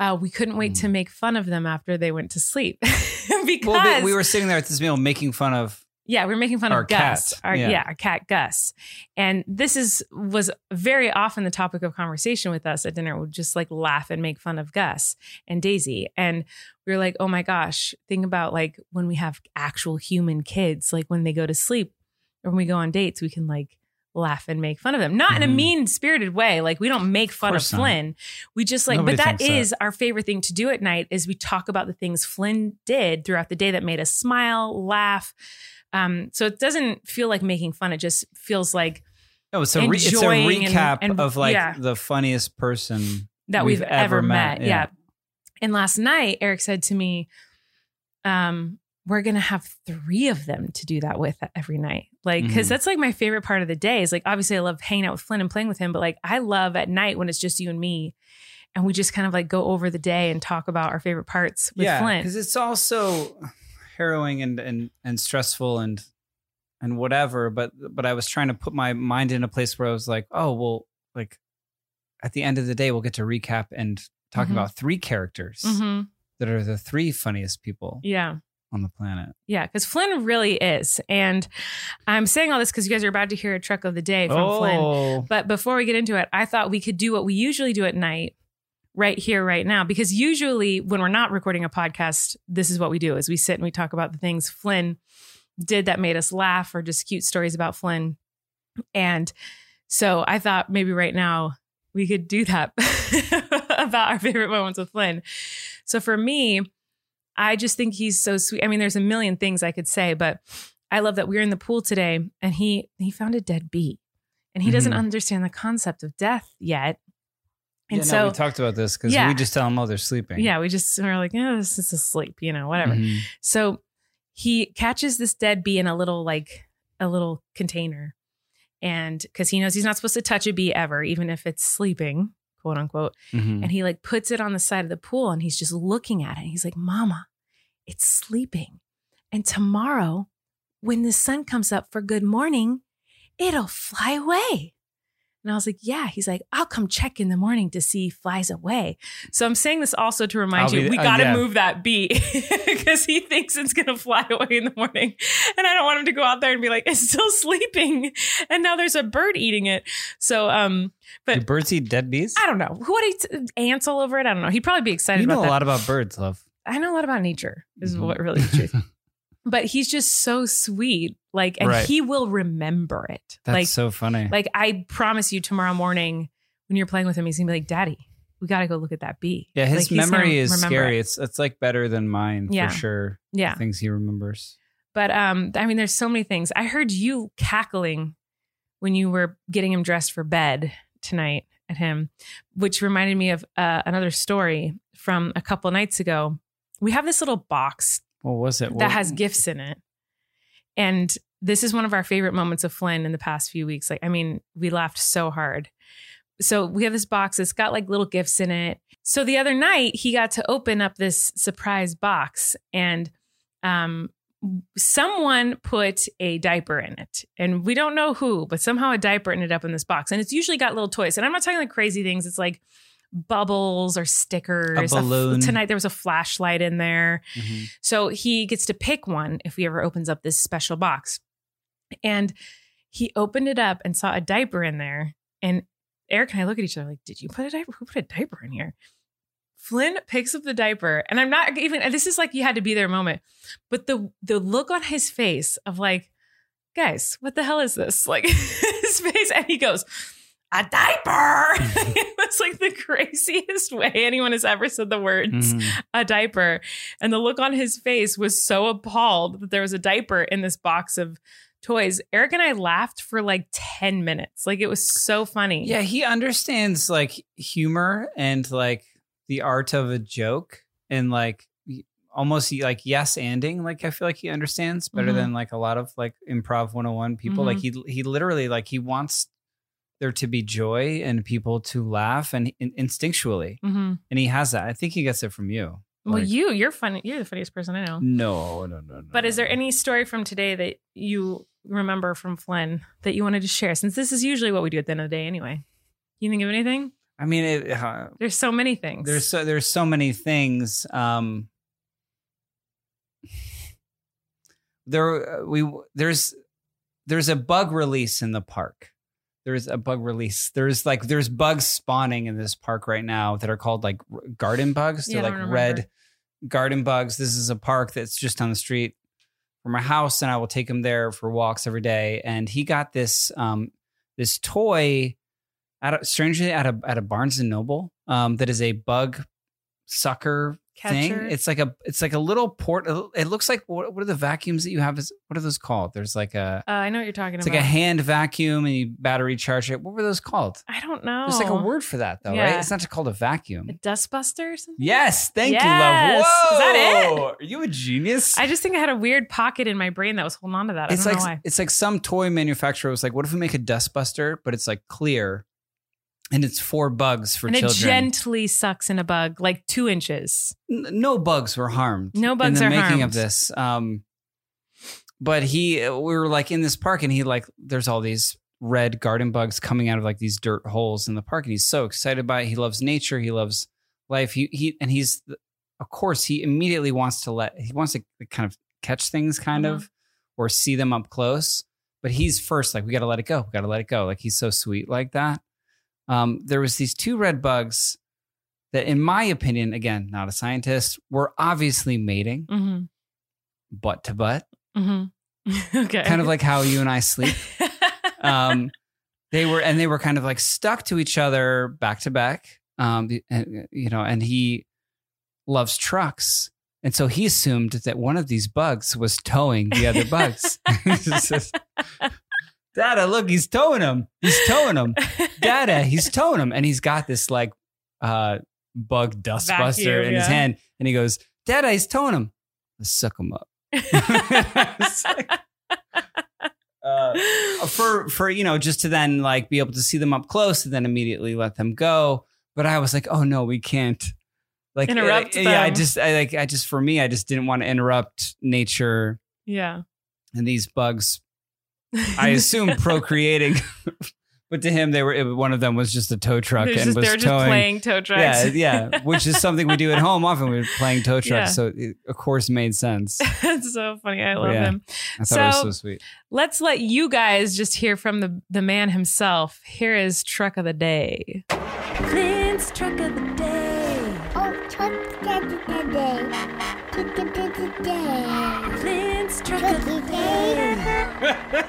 [SPEAKER 2] uh, we couldn't wait to make fun of them after they went to sleep. because
[SPEAKER 3] Hmm. Well, they- we were sitting there at this meal making fun of.
[SPEAKER 2] yeah, we were making fun
[SPEAKER 3] Our
[SPEAKER 2] of Gus.
[SPEAKER 3] cat,
[SPEAKER 2] Our, yeah.
[SPEAKER 3] yeah.
[SPEAKER 2] our cat Gus. And this is was very often the topic of conversation with us at dinner. We'd just like laugh and make fun of Gus and Daisy. And we were like, oh my gosh, think about like when we have actual human kids, like when they go to sleep or when we go on dates, we can like laugh and make fun of them. Not in a
[SPEAKER 3] Mhm.
[SPEAKER 2] mean spirited way. Like we don't make fun of,
[SPEAKER 3] course not.
[SPEAKER 2] Flynn. We just like,
[SPEAKER 3] Nobody
[SPEAKER 2] but that
[SPEAKER 3] thinks that.
[SPEAKER 2] is our favorite thing to do at night is we talk about the things Flynn did throughout the day that made us smile, laugh. Um, so it doesn't feel like making fun. It just feels like
[SPEAKER 3] No, Oh, it's a, re- it's a
[SPEAKER 2] Enjoying and-
[SPEAKER 3] recap
[SPEAKER 2] and-
[SPEAKER 3] of like
[SPEAKER 2] yeah.
[SPEAKER 3] the funniest person.
[SPEAKER 2] that we've,
[SPEAKER 3] We've
[SPEAKER 2] ever,
[SPEAKER 3] ever
[SPEAKER 2] met.
[SPEAKER 3] met,
[SPEAKER 2] Yeah.
[SPEAKER 3] yeah.
[SPEAKER 2] And last night, Eric said to me, um, we're going to have three of them to do that with every night. Like, because
[SPEAKER 3] Mhm.
[SPEAKER 2] that's like my favorite part of the day is like, obviously, I love hanging out with Flynn and playing with him, but like, I love at night when it's just you and me. And we just kind of like go over the day and talk about our favorite parts with
[SPEAKER 3] yeah,
[SPEAKER 2] Flynn.
[SPEAKER 3] because it's also harrowing and and and stressful and and whatever. But but I was trying to put my mind in a place where I was like, oh well, like at the end of the day, we'll get to recap and talk
[SPEAKER 2] Mhm.
[SPEAKER 3] about three characters
[SPEAKER 2] hmm
[SPEAKER 3] that are the three funniest people
[SPEAKER 2] Yeah.
[SPEAKER 3] on the planet.
[SPEAKER 2] Yeah, because Flynn really is. And I'm saying all this because you guys are about to hear a truck of the day from
[SPEAKER 3] Oh.
[SPEAKER 2] Flynn. But before we get into it, I thought we could do what we usually do at night right here right now because usually when we're not recording a podcast this is what we do is we sit and we talk about the things flynn did that made us laugh or just cute stories about flynn and so i thought maybe right now we could do that about our favorite moments with flynn so for me i just think he's so sweet i mean there's a million things i could say but i love that we were in the pool today and he he found a dead bee and he doesn't
[SPEAKER 3] Mhm.
[SPEAKER 2] understand the concept of death yet and
[SPEAKER 3] yeah, no,
[SPEAKER 2] so
[SPEAKER 3] we talked about this because
[SPEAKER 2] Yeah.
[SPEAKER 3] we just tell them, oh, they're sleeping.
[SPEAKER 2] yeah, we just are like, oh, this is asleep, you know, whatever.
[SPEAKER 3] Mhm.
[SPEAKER 2] So he catches this dead bee in a little like a little container. And because he knows he's not supposed to touch a bee ever, even if it's sleeping, quote unquote.
[SPEAKER 3] Mhm.
[SPEAKER 2] And he like puts it on the side of the pool and he's just looking at it. And he's like, Mama, it's sleeping. And tomorrow, when the sun comes up for good morning, it'll fly away. And I was like, Yeah. He's like, I'll come check in the morning to see if flies away. So I'm saying this also to remind
[SPEAKER 3] I'll
[SPEAKER 2] you,
[SPEAKER 3] be-
[SPEAKER 2] we
[SPEAKER 3] uh,
[SPEAKER 2] got to
[SPEAKER 3] yeah.
[SPEAKER 2] move that bee because he thinks it's going to fly away in the morning. And I don't want him to go out there and be like, It's still sleeping. And now there's a bird eating it. So, um, but-
[SPEAKER 3] Do birds eat dead bees?
[SPEAKER 2] I don't know. Who would eat ants all over it? I don't know. He'd probably be excited
[SPEAKER 3] You
[SPEAKER 2] about
[SPEAKER 3] know a
[SPEAKER 2] that.
[SPEAKER 3] lot about birds, love.
[SPEAKER 2] I know a lot about nature, is
[SPEAKER 3] Mhm.
[SPEAKER 2] what really the truth. but he's just so sweet. Like, and
[SPEAKER 3] Right.
[SPEAKER 2] he will remember it.
[SPEAKER 3] That's
[SPEAKER 2] like,
[SPEAKER 3] so funny.
[SPEAKER 2] like I promise you tomorrow morning when you're playing with him, he's gonna be like, Daddy, we gotta go look at that bee.
[SPEAKER 3] yeah,
[SPEAKER 2] Like,
[SPEAKER 3] his
[SPEAKER 2] he's gonna
[SPEAKER 3] memory is
[SPEAKER 2] remember
[SPEAKER 3] scary.
[SPEAKER 2] it.
[SPEAKER 3] It's it's like better than mine
[SPEAKER 2] Yeah.
[SPEAKER 3] for sure.
[SPEAKER 2] Yeah.
[SPEAKER 3] Things he remembers.
[SPEAKER 2] But um, I mean, there's so many things. I heard you cackling when you were getting him dressed for bed tonight at him, which reminded me of uh, another story from a couple nights ago. We have this little box
[SPEAKER 3] What was it?
[SPEAKER 2] that
[SPEAKER 3] What-
[SPEAKER 2] has gifts in it. And this is one of our favorite moments of Flynn in the past few weeks. Like, I mean, we laughed so hard. So we have this box. It's got like little gifts in it. So the other night, he got to open up this surprise box, and um, someone put a diaper in it, and we don't know who, but somehow a diaper ended up in this box, and it's usually got little toys. And I'm not talking like crazy things. It's like bubbles or stickers. f-
[SPEAKER 3] balloon.
[SPEAKER 2] tonight there was a flashlight in there.
[SPEAKER 3] Mhm.
[SPEAKER 2] So he gets to pick one if he ever opens up this special box. And he opened it up and saw a diaper in there. And Eric and I look at each other like, Did you put a diaper? Who put a diaper in here? Flynn picks up the diaper. And I'm not even, and this is like you had to be there moment. But the the look on his face of like, guys, what the hell is this? Like his face, and he goes, a diaper. it was like the craziest way anyone has ever said the words
[SPEAKER 3] Mhm.
[SPEAKER 2] a diaper. And the look on his face was so appalled that there was a diaper in this box of toys. Eric and I laughed for like 10 minutes. Like it was so funny.
[SPEAKER 3] Yeah, he understands like humor and like the art of a joke and like y- almost like yes anding. Like I feel like he understands better
[SPEAKER 2] Mhm.
[SPEAKER 3] than like a lot of like improv 101 people. Like
[SPEAKER 2] Mm-hmm.
[SPEAKER 3] he he literally like he wants there to be joy and people to laugh and, in- instinctually.
[SPEAKER 2] Mhm.
[SPEAKER 3] And he has that. I think he gets it from you.
[SPEAKER 2] Well,
[SPEAKER 3] Like-
[SPEAKER 2] you, you're funny. You're the funniest person I know.
[SPEAKER 3] No, no, no, no.
[SPEAKER 2] But is
[SPEAKER 3] no,
[SPEAKER 2] there
[SPEAKER 3] no.
[SPEAKER 2] any story from today that you remember from Flynn that you wanted to share? Since this is usually what we do at the end of the day anyway. You think of anything?
[SPEAKER 3] I mean, it, uh,
[SPEAKER 2] There's so many things.
[SPEAKER 3] there's so there's so many things. Um, there uh, we there's there's a bug release in the park. There's a bug release. There's like there's bugs spawning in this park right now that are called like r- garden bugs.
[SPEAKER 2] Yeah,
[SPEAKER 3] They're
[SPEAKER 2] I don't
[SPEAKER 3] like
[SPEAKER 2] remember.
[SPEAKER 3] red garden bugs. This is a park that's just on the street from my house, and I will take him there for walks every day. And he got this um, this toy out of, strangely out of at a Barnes and Noble um, that is a bug sucker
[SPEAKER 2] Catcher.
[SPEAKER 3] thing. It's like a it's like a little port. It looks like what, what are the vacuums that you have? Is what are those called? There's like a
[SPEAKER 2] uh, I know what you're talking
[SPEAKER 3] it's
[SPEAKER 2] about.
[SPEAKER 3] like a hand vacuum and you battery charge it. What were those called?
[SPEAKER 2] I don't know.
[SPEAKER 3] There's like a word for that though, right?
[SPEAKER 2] Oh, Yeah.
[SPEAKER 3] It's not just called a vacuum.
[SPEAKER 2] A dustbuster or something?
[SPEAKER 3] Yes, thank you, love.
[SPEAKER 2] Yes.
[SPEAKER 3] Whoa,
[SPEAKER 2] Is that
[SPEAKER 3] Are you a genius?
[SPEAKER 2] I just think I had a weird pocket in my brain that was holding on to that. I
[SPEAKER 3] it's
[SPEAKER 2] don't
[SPEAKER 3] like
[SPEAKER 2] know why.
[SPEAKER 3] it's like some toy manufacturer was like, "What if we make a dustbuster, but it's like clear, and it's four bugs for
[SPEAKER 2] and
[SPEAKER 3] children?
[SPEAKER 2] it gently sucks in a bug, like two inches.
[SPEAKER 3] N- no bugs were harmed.
[SPEAKER 2] No
[SPEAKER 3] in
[SPEAKER 2] bugs
[SPEAKER 3] the
[SPEAKER 2] are
[SPEAKER 3] making
[SPEAKER 2] harmed.
[SPEAKER 3] of this." Um, but he, we were like in this park, and he like, there's all these red garden bugs coming out of like these dirt holes in the park, and he's so excited by it. He loves nature. He loves life. He he, and he's, of course, he immediately wants to let he wants to kind of catch things, kind
[SPEAKER 2] Uh-huh.
[SPEAKER 3] of, or see them up close. but he's first like we gotta let it go we gotta let it go like he's so sweet like that um, there was these two red bugs that in my opinion again not a scientist were obviously mating
[SPEAKER 2] Mm-hmm.
[SPEAKER 3] butt to butt
[SPEAKER 2] Mm-hmm. okay.
[SPEAKER 3] kind of like how you and i sleep um, they were and they were kind of like stuck to each other back to back um, the- and, you know and he loves trucks and so he assumed that one of these bugs was towing the other bugs It's just, dada look he's towing him he's towing him dada he's towing him and he's got this like uh bug dustbuster
[SPEAKER 2] Vacuum,
[SPEAKER 3] in his
[SPEAKER 2] yeah.
[SPEAKER 3] hand and he goes dada he's towing him let's suck him up It's like, uh, for for you know just to then like be able to see them up close and then immediately let them go but i was like oh no we can't like uh,
[SPEAKER 2] Interrupt
[SPEAKER 3] yeah, i
[SPEAKER 2] them.
[SPEAKER 3] just i like i just for me i just didn't want to interrupt nature
[SPEAKER 2] yeah.
[SPEAKER 3] and these bugs i assume procreating but to him they were it, one of them was just a tow truck
[SPEAKER 2] They're
[SPEAKER 3] and
[SPEAKER 2] just,
[SPEAKER 3] was
[SPEAKER 2] they're just
[SPEAKER 3] towing
[SPEAKER 2] playing tow
[SPEAKER 3] yeah,
[SPEAKER 2] trucks.
[SPEAKER 3] yeah, which is something we do at home often. We're playing tow trucks,
[SPEAKER 2] Yeah.
[SPEAKER 3] so it of course made sense. I
[SPEAKER 2] That's so funny. I love
[SPEAKER 3] Yeah.
[SPEAKER 2] them.
[SPEAKER 3] thought it was
[SPEAKER 2] So-
[SPEAKER 3] so sweet.
[SPEAKER 2] Let's let you guys just hear from the, the man himself. Here is Truck of the Day.
[SPEAKER 1] Clint's truck of the day.
[SPEAKER 4] Oh, turkey today. Chicken today.
[SPEAKER 1] Clint's truck of the
[SPEAKER 4] Turkey
[SPEAKER 1] day.
[SPEAKER 4] Chicken today.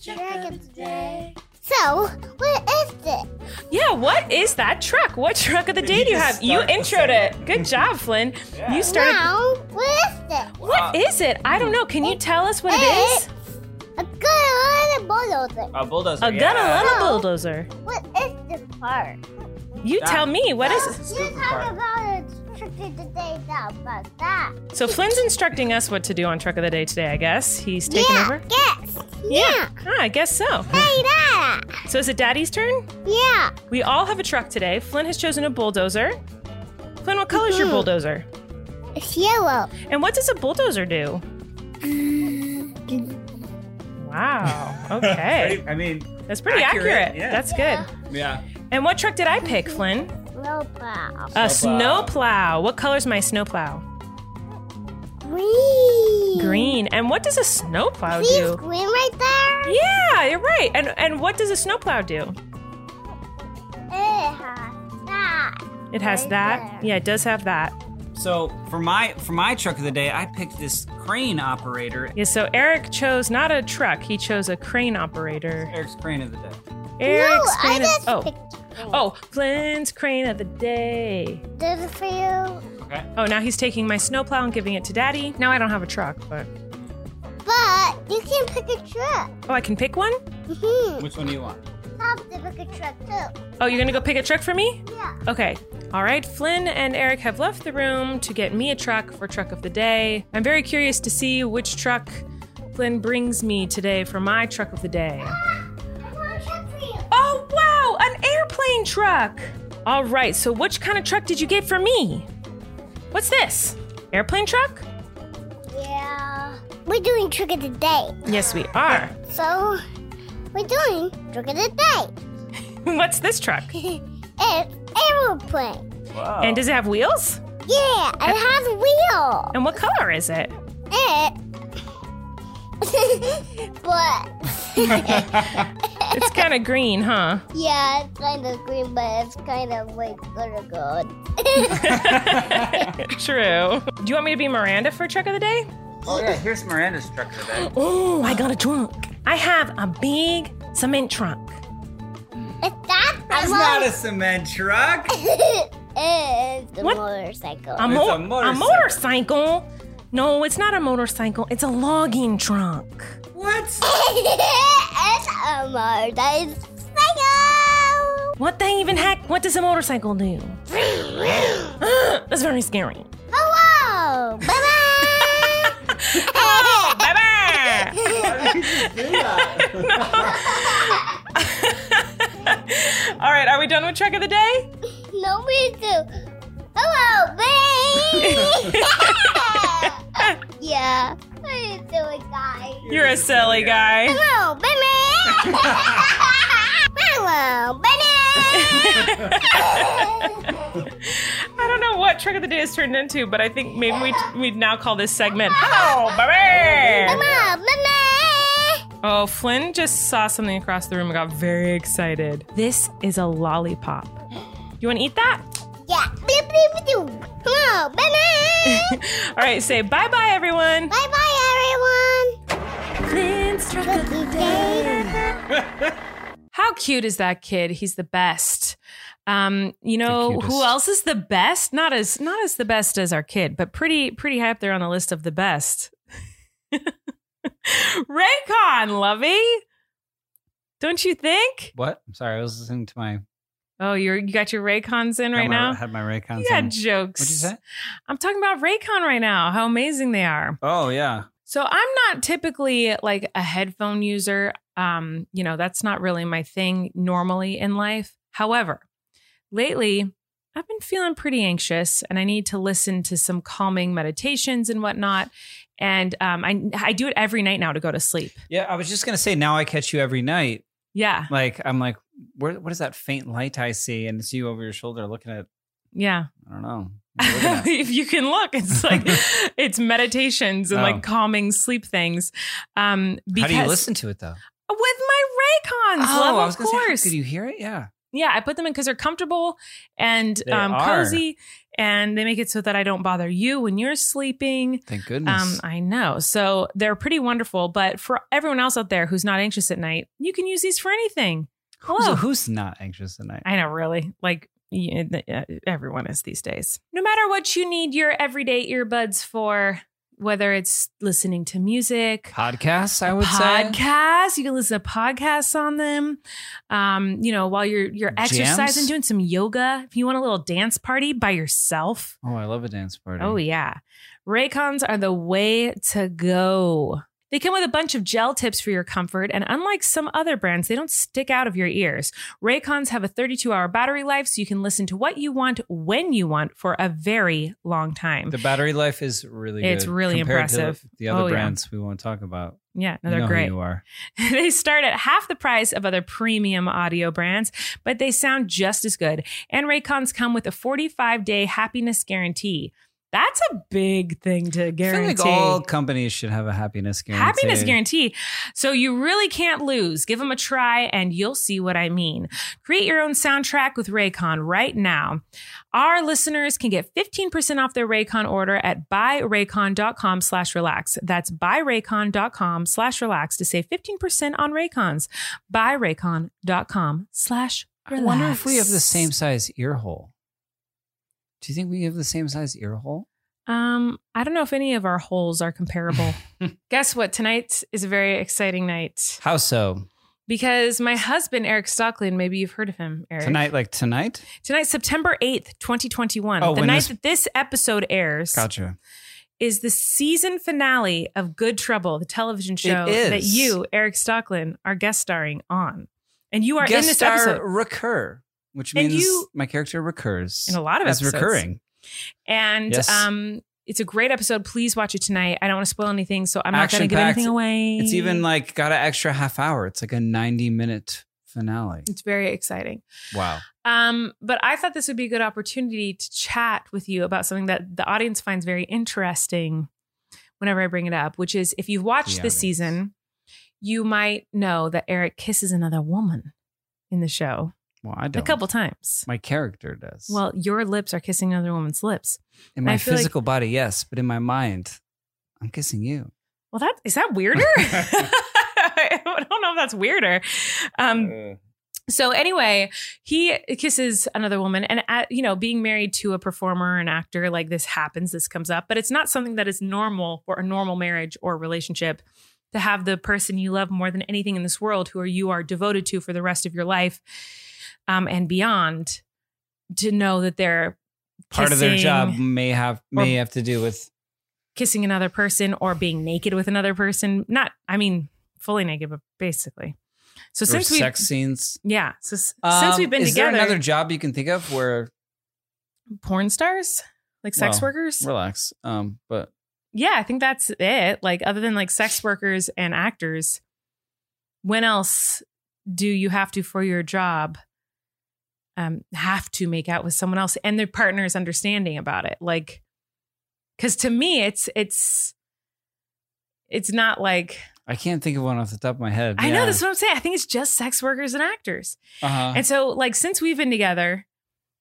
[SPEAKER 4] Chicken today. So, what is it?
[SPEAKER 2] Yeah, what is that truck? What truck of the day do you have? You introed it. Good job, Flynn. You started.
[SPEAKER 4] Now, what is it?
[SPEAKER 2] What is it? I don't know. Can you tell us what it
[SPEAKER 4] It's
[SPEAKER 2] is?
[SPEAKER 4] a good little bulldozer.
[SPEAKER 3] A bulldozer.
[SPEAKER 2] A gun, a
[SPEAKER 4] yeah.
[SPEAKER 2] little bulldozer.
[SPEAKER 4] What is this part?
[SPEAKER 2] You
[SPEAKER 3] That-
[SPEAKER 2] tell me. What is it?
[SPEAKER 4] You talk about a turkey today, now about that.
[SPEAKER 2] So Flynn's instructing us what to do on truck of the day today. I guess he's taking
[SPEAKER 4] yeah,
[SPEAKER 2] over.
[SPEAKER 4] yes. Yeah.
[SPEAKER 2] Ah, I guess so.
[SPEAKER 4] Hey, that.
[SPEAKER 2] So is it Daddy's turn?
[SPEAKER 4] Yeah.
[SPEAKER 2] We all have a truck today. Flynn has chosen a bulldozer. Flynn, what color is your
[SPEAKER 4] Mhm.
[SPEAKER 2] bulldozer?
[SPEAKER 4] It's yellow.
[SPEAKER 2] And what does a bulldozer do? Wow. Okay.
[SPEAKER 3] I mean,
[SPEAKER 2] That's pretty accurate.
[SPEAKER 3] Accurate, yeah.
[SPEAKER 2] That's good.
[SPEAKER 3] yeah.
[SPEAKER 2] And what truck did I pick, Flynn?
[SPEAKER 4] Snowball.
[SPEAKER 2] A snowplow. What color's my snowplow?
[SPEAKER 4] Green.
[SPEAKER 2] Green. And what does a snowplow
[SPEAKER 4] See it's
[SPEAKER 2] do?
[SPEAKER 4] green right there?
[SPEAKER 2] Yeah, you're right. And and what does a snowplow do?
[SPEAKER 4] It has that.
[SPEAKER 2] It has
[SPEAKER 4] Right
[SPEAKER 2] that.
[SPEAKER 4] there.
[SPEAKER 2] Yeah, it does have that.
[SPEAKER 3] So for my for my truck of the day, I picked this crane operator.
[SPEAKER 2] Yeah, so Eric chose not a truck, he chose a crane operator.
[SPEAKER 3] Eric's crane of the day.
[SPEAKER 2] Eric's
[SPEAKER 4] no, I
[SPEAKER 2] crane of,
[SPEAKER 4] just
[SPEAKER 2] oh.
[SPEAKER 4] picked
[SPEAKER 2] Oh, Flynn's crane of the day.
[SPEAKER 4] this for you.
[SPEAKER 3] Okay.
[SPEAKER 2] Oh, now he's taking my snowplow and giving it to Daddy. Now I don't have a truck, but
[SPEAKER 4] But you can pick a truck.
[SPEAKER 2] oh, I can pick one.
[SPEAKER 4] Mm-hmm.
[SPEAKER 3] Which one do you want?
[SPEAKER 4] Have to pick a truck too.
[SPEAKER 2] Oh, you're gonna go pick a truck for me?
[SPEAKER 4] Yeah.
[SPEAKER 2] Okay. All right, Flynn and Eric have left the room to get me a truck for truck of the day. I'm very curious to see which truck Flynn brings me today for my truck of the day.
[SPEAKER 4] I want a truck for you.
[SPEAKER 2] Oh, wow, an airplane truck. All right, so which kind of truck did you get for me? What's this? Airplane truck?
[SPEAKER 4] Yeah. We're doing trick of the day.
[SPEAKER 2] Yes, we are.
[SPEAKER 4] So, we're doing trick of the
[SPEAKER 2] What's this truck?
[SPEAKER 4] day. it's aeroplane.
[SPEAKER 1] Oh.
[SPEAKER 3] Wow.
[SPEAKER 2] And does it have wheels?
[SPEAKER 4] Yeah, it has a wheel.
[SPEAKER 2] And what color is it?
[SPEAKER 4] It. but.
[SPEAKER 2] It's kind of green, huh?
[SPEAKER 4] Yeah, it's kind of green, but it's kind of like color gold.
[SPEAKER 2] True. Do you want me to be Miranda for truck of the day?
[SPEAKER 5] Oh yeah, here's Miranda's truck today.
[SPEAKER 1] Oh, I got a trunk. I have a big cement trunk.
[SPEAKER 4] Is that the
[SPEAKER 5] That's not a cement truck.
[SPEAKER 4] it's the
[SPEAKER 1] What?
[SPEAKER 4] motorcycle.
[SPEAKER 1] A,
[SPEAKER 4] Um,
[SPEAKER 1] mo-
[SPEAKER 5] a
[SPEAKER 1] a motorcycle.
[SPEAKER 5] motorcycle.
[SPEAKER 1] No, it's not a motorcycle. It's a logging trunk.
[SPEAKER 5] What?
[SPEAKER 4] it's a motorcycle.
[SPEAKER 1] What the even heck? What does a motorcycle do? That's very scary.
[SPEAKER 4] Hello. Bye bye. Hello. Bye
[SPEAKER 5] How did you do that?
[SPEAKER 2] All right, are we done with Truck of the Day?
[SPEAKER 4] No, me too. Hello, babe. yeah. What are you doing, guy?
[SPEAKER 2] You're a silly guy.
[SPEAKER 4] Hello, baby. Hello, baby.
[SPEAKER 2] I don't know what Truck of the Day has turned into, but I think maybe we we now call this segment Oh, Hello, baby.
[SPEAKER 4] Hello, baby.
[SPEAKER 2] Oh, Flynn just saw something across the room and got very excited. This is a lollipop. You want to eat that?
[SPEAKER 4] Yeah. Beep, beep, doo. Hello, baby.
[SPEAKER 2] All right, say bye bye, everyone.
[SPEAKER 4] bye, bye, everyone.
[SPEAKER 1] Clint's truck of the day.
[SPEAKER 2] How cute is that kid? He's the best. Um, you
[SPEAKER 3] The
[SPEAKER 2] know
[SPEAKER 3] cutest.
[SPEAKER 2] who else is the best? Not as not as the best as our kid, but pretty pretty high up there on the list of the best. Raycon, lovey. Don't you think?
[SPEAKER 3] What? I'm sorry, I was listening to my
[SPEAKER 2] Oh, you're you got your Raycons in right
[SPEAKER 3] my,
[SPEAKER 2] now.
[SPEAKER 3] Had my Raycons.
[SPEAKER 2] You got
[SPEAKER 3] on.
[SPEAKER 2] jokes.
[SPEAKER 3] What'd you say?
[SPEAKER 2] I'm talking about Raycon right now. How amazing they are.
[SPEAKER 3] Oh yeah.
[SPEAKER 2] So I'm not typically like a headphone user. Um, you know, that's not really my thing normally in life. However, lately I've been feeling pretty anxious and I need to listen to some calming meditations and whatnot. And um, I I do it every night now to go to sleep.
[SPEAKER 3] Yeah, I was just gonna say. Now I catch you every night.
[SPEAKER 2] Yeah,
[SPEAKER 3] Like I'm like, where, what is that faint light I see? And it's you over your shoulder looking at.
[SPEAKER 2] yeah.
[SPEAKER 3] I don't know. What are you looking at?
[SPEAKER 2] if you can look, it's like it's meditations and
[SPEAKER 3] Oh.
[SPEAKER 2] like calming sleep things. Um,
[SPEAKER 3] How
[SPEAKER 2] because
[SPEAKER 3] do you listen to it though? Oh,
[SPEAKER 2] with my Raycons? love,
[SPEAKER 3] I was
[SPEAKER 2] of
[SPEAKER 3] gonna say, how-
[SPEAKER 2] course.
[SPEAKER 3] Could you hear it? Yeah.
[SPEAKER 2] Yeah, I put them in because they're comfortable and
[SPEAKER 3] They
[SPEAKER 2] um,
[SPEAKER 3] are.
[SPEAKER 2] cozy, and they make it so that I don't bother you when you're sleeping.
[SPEAKER 3] Thank goodness.
[SPEAKER 2] Um, I know. So they're pretty wonderful. But for everyone else out there who's not anxious at night, you can use these for anything.
[SPEAKER 3] who's,
[SPEAKER 2] Hello.
[SPEAKER 3] who's not anxious at night?
[SPEAKER 2] I know, really. Like y- uh, everyone is these days. No matter what you need your everyday earbuds for, whether it's listening to music,
[SPEAKER 3] Podcasts, I would say.
[SPEAKER 2] podcasts. You can listen to podcasts on them. Um, you know, while you're you're
[SPEAKER 3] Jams?
[SPEAKER 2] exercising, doing some yoga. If you want a little dance party by yourself,
[SPEAKER 3] Oh, I love a dance party.
[SPEAKER 2] oh yeah, Raycons are the way to go. They come with a bunch of gel tips for your comfort, and unlike some other brands, they don't stick out of your ears. Raycons have a 32 hour battery life, so you can listen to what you want when you want for a very long time.
[SPEAKER 3] The battery life is really
[SPEAKER 2] It's
[SPEAKER 3] good
[SPEAKER 2] really
[SPEAKER 3] compared to
[SPEAKER 2] impressive.
[SPEAKER 3] the other
[SPEAKER 2] Oh, yeah.
[SPEAKER 3] brands we won't talk about.
[SPEAKER 2] yeah, no,
[SPEAKER 3] You
[SPEAKER 2] they're
[SPEAKER 3] know who
[SPEAKER 2] great.
[SPEAKER 3] you are.
[SPEAKER 2] they start at half the price of other premium audio brands, but they sound just as good. And Raycons come with a 45 day happiness guarantee. That's a big thing to
[SPEAKER 3] I
[SPEAKER 2] guarantee.
[SPEAKER 3] feel like all companies should have a happiness guarantee.
[SPEAKER 2] Happiness guarantee. So you really can't lose. Give them a try and you'll see what I mean. Create your own soundtrack with Raycon right now. Our listeners can get 15% off their Raycon order at buyraycon.com slash relax. That's buyraycon.com slash relax to save 15% on Raycons. Buyraycon.com slash
[SPEAKER 3] I
[SPEAKER 2] relax.
[SPEAKER 3] wonder if we have the same size ear hole. Do you think we have the same size ear hole?
[SPEAKER 2] Um, I don't know if any of our holes are comparable. Guess what? Tonight is a very exciting night.
[SPEAKER 3] How so?
[SPEAKER 2] Because my husband, Eric Stockland, maybe you've heard of him, Eric.
[SPEAKER 3] Tonight, like tonight?
[SPEAKER 2] Tonight, September 8th, 2021,
[SPEAKER 3] Oh,
[SPEAKER 2] the
[SPEAKER 3] when
[SPEAKER 2] night
[SPEAKER 3] this-
[SPEAKER 2] that this episode airs,
[SPEAKER 3] Gotcha.
[SPEAKER 2] is the season finale of Good Trouble, the television show
[SPEAKER 3] is.
[SPEAKER 2] that you, Eric Stockland, are guest starring on. And you are
[SPEAKER 3] Guest
[SPEAKER 2] in this
[SPEAKER 3] star
[SPEAKER 2] episode.
[SPEAKER 3] recur, which
[SPEAKER 2] And
[SPEAKER 3] means
[SPEAKER 2] you-
[SPEAKER 3] my character recurs.
[SPEAKER 2] In a lot of
[SPEAKER 3] It's
[SPEAKER 2] episodes.
[SPEAKER 3] recurring.
[SPEAKER 2] And
[SPEAKER 3] Yes.
[SPEAKER 2] um, it's a great episode. Please watch it tonight. I don't want to spoil anything, so I'm not going to give
[SPEAKER 3] Action-packed.
[SPEAKER 2] anything away.
[SPEAKER 3] It's even like got an extra half hour. It's like a 90 minute finale.
[SPEAKER 2] It's very exciting.
[SPEAKER 3] Wow.
[SPEAKER 2] Um, but I thought this would be a good opportunity to chat with you about something that the audience finds very interesting whenever I bring it up, which is if you've watched
[SPEAKER 3] The
[SPEAKER 2] this
[SPEAKER 3] audience.
[SPEAKER 2] season, you might know that Eric kisses another woman in the show
[SPEAKER 3] Well, I don't.
[SPEAKER 2] a couple times.
[SPEAKER 3] My character does.
[SPEAKER 2] Well, your lips are kissing another woman's lips.
[SPEAKER 3] in
[SPEAKER 2] I
[SPEAKER 3] my
[SPEAKER 2] feel like-
[SPEAKER 3] physical body, yes, but in my mind, I'm kissing you.
[SPEAKER 2] Well, that is that weirder? I don't know if that's weirder. Um, so anyway, he kisses another woman, and at, you know, being married to a performer, an actor, like this happens, this comes up, but it's not something that is normal for a normal marriage or relationship to have the person you love more than anything in this world, who are you are devoted to for the rest of your life um, and beyond, to know that they're
[SPEAKER 3] Part of their
[SPEAKER 2] kissing-
[SPEAKER 3] job may have may have to do with
[SPEAKER 2] kissing another person or being naked with another person. Not, I mean, fully naked, but basically. So
[SPEAKER 3] or
[SPEAKER 2] since we,
[SPEAKER 3] sex scenes.
[SPEAKER 2] yeah, so s- since
[SPEAKER 3] Um,
[SPEAKER 2] we've been
[SPEAKER 3] is
[SPEAKER 2] together,
[SPEAKER 3] there another job you can think of where
[SPEAKER 2] porn stars, like sex
[SPEAKER 3] Well,
[SPEAKER 2] workers.
[SPEAKER 3] relax? Um, but
[SPEAKER 2] Yeah, I think that's it. Like other than like sex workers and actors, when else do you have to for your job? Um, have to make out with someone else and their partner's understanding about it. Like, because to me, it's it's it's not like
[SPEAKER 3] I can't think of one off the top of my head.
[SPEAKER 2] I know
[SPEAKER 3] Yeah.
[SPEAKER 2] that's what I'm saying. I think it's just sex workers and actors.
[SPEAKER 3] Uh-huh.
[SPEAKER 2] And so, like, since we've been together,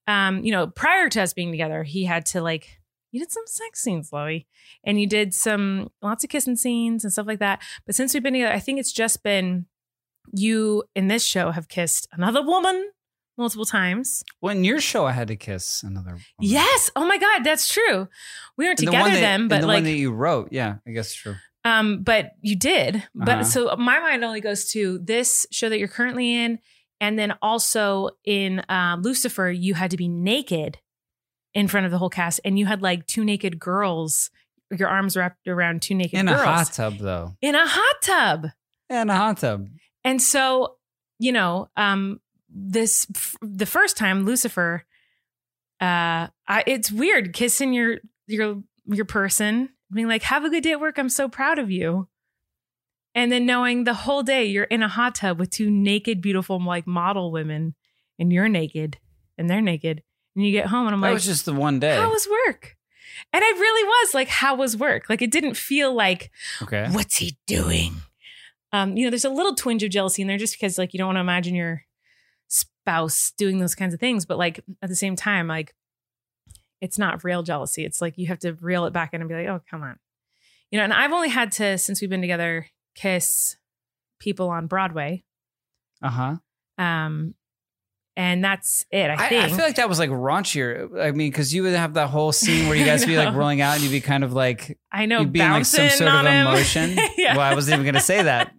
[SPEAKER 2] um, you know, prior to us being together, he had to like you did some sex scenes, Chloe, and you did some lots of kissing scenes and stuff like that. But since we've been together, I think it's just been you in this show have kissed another woman multiple times.
[SPEAKER 3] Well, in your show, I had to kiss another. Woman.
[SPEAKER 2] Yes. Oh my God, that's true. We weren't
[SPEAKER 3] And the one
[SPEAKER 2] together
[SPEAKER 3] that-
[SPEAKER 2] then,
[SPEAKER 3] and
[SPEAKER 2] but
[SPEAKER 3] the
[SPEAKER 2] like
[SPEAKER 3] one that you wrote, yeah, I guess it's true.
[SPEAKER 2] Um, but you did. But
[SPEAKER 3] Uh-huh.
[SPEAKER 2] so my mind only goes to this show that you're currently in, and then also in uh, Lucifer, you had to be naked in front of the whole cast, and you had like two naked girls, your arms wrapped around two naked
[SPEAKER 3] In
[SPEAKER 2] girls
[SPEAKER 3] a hot tub, though.
[SPEAKER 2] in a hot tub.
[SPEAKER 3] In a hot tub.
[SPEAKER 2] And so, you know, um, this f- the first time Lucifer, uh, I, it's weird kissing your your your person, being like, "Have a good day at work. I'm so proud of you," and then knowing the whole day you're in a hot tub with two naked, beautiful like model women, and you're naked and they're naked, and you get home and I'm
[SPEAKER 3] That
[SPEAKER 2] like,
[SPEAKER 3] was just the one day.
[SPEAKER 2] "How was work?" And I really was like, "How was work?" Like it didn't feel like
[SPEAKER 3] okay.
[SPEAKER 2] What's he doing? Um, you know, there's a little twinge of jealousy in there just because like you don't want to imagine your spouse doing those kinds of things, but like at the same time, like it's not real jealousy. It's like you have to reel it back in and be like, oh, come on. You know, and I've only had to, since we've been together, kiss people on Broadway.
[SPEAKER 3] Uh huh.
[SPEAKER 2] Um, and that's it, I
[SPEAKER 3] I,
[SPEAKER 2] think.
[SPEAKER 3] I feel like that was like raunchier. I mean, because you would have that whole scene where you guys be
[SPEAKER 2] I
[SPEAKER 3] like
[SPEAKER 2] know.
[SPEAKER 3] rolling out and you'd be kind of like
[SPEAKER 2] I know
[SPEAKER 3] you'd be in like
[SPEAKER 2] bouncing
[SPEAKER 3] some sort of
[SPEAKER 2] on him.
[SPEAKER 3] emotion.
[SPEAKER 2] Yeah.
[SPEAKER 3] Well, I wasn't even gonna say that.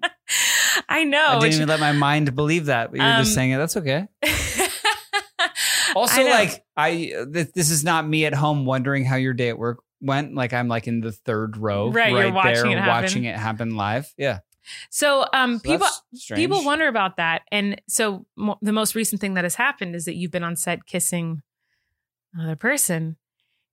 [SPEAKER 2] I know.
[SPEAKER 3] I didn't
[SPEAKER 2] which-
[SPEAKER 3] even let my mind believe that. But you're
[SPEAKER 2] Um,
[SPEAKER 3] just saying it. That's okay.
[SPEAKER 2] I
[SPEAKER 3] Also,
[SPEAKER 2] know.
[SPEAKER 3] like I, th- this is not me at home wondering how your day at work went. Like I'm like in the third row,
[SPEAKER 2] Right, you're watching
[SPEAKER 3] there,
[SPEAKER 2] it happen.
[SPEAKER 3] watching it happen live. Yeah.
[SPEAKER 2] So, um,
[SPEAKER 3] So
[SPEAKER 2] people
[SPEAKER 3] that's strange.
[SPEAKER 2] people wonder about that, and so mo- the most recent thing that has happened is that you've been on set kissing another person,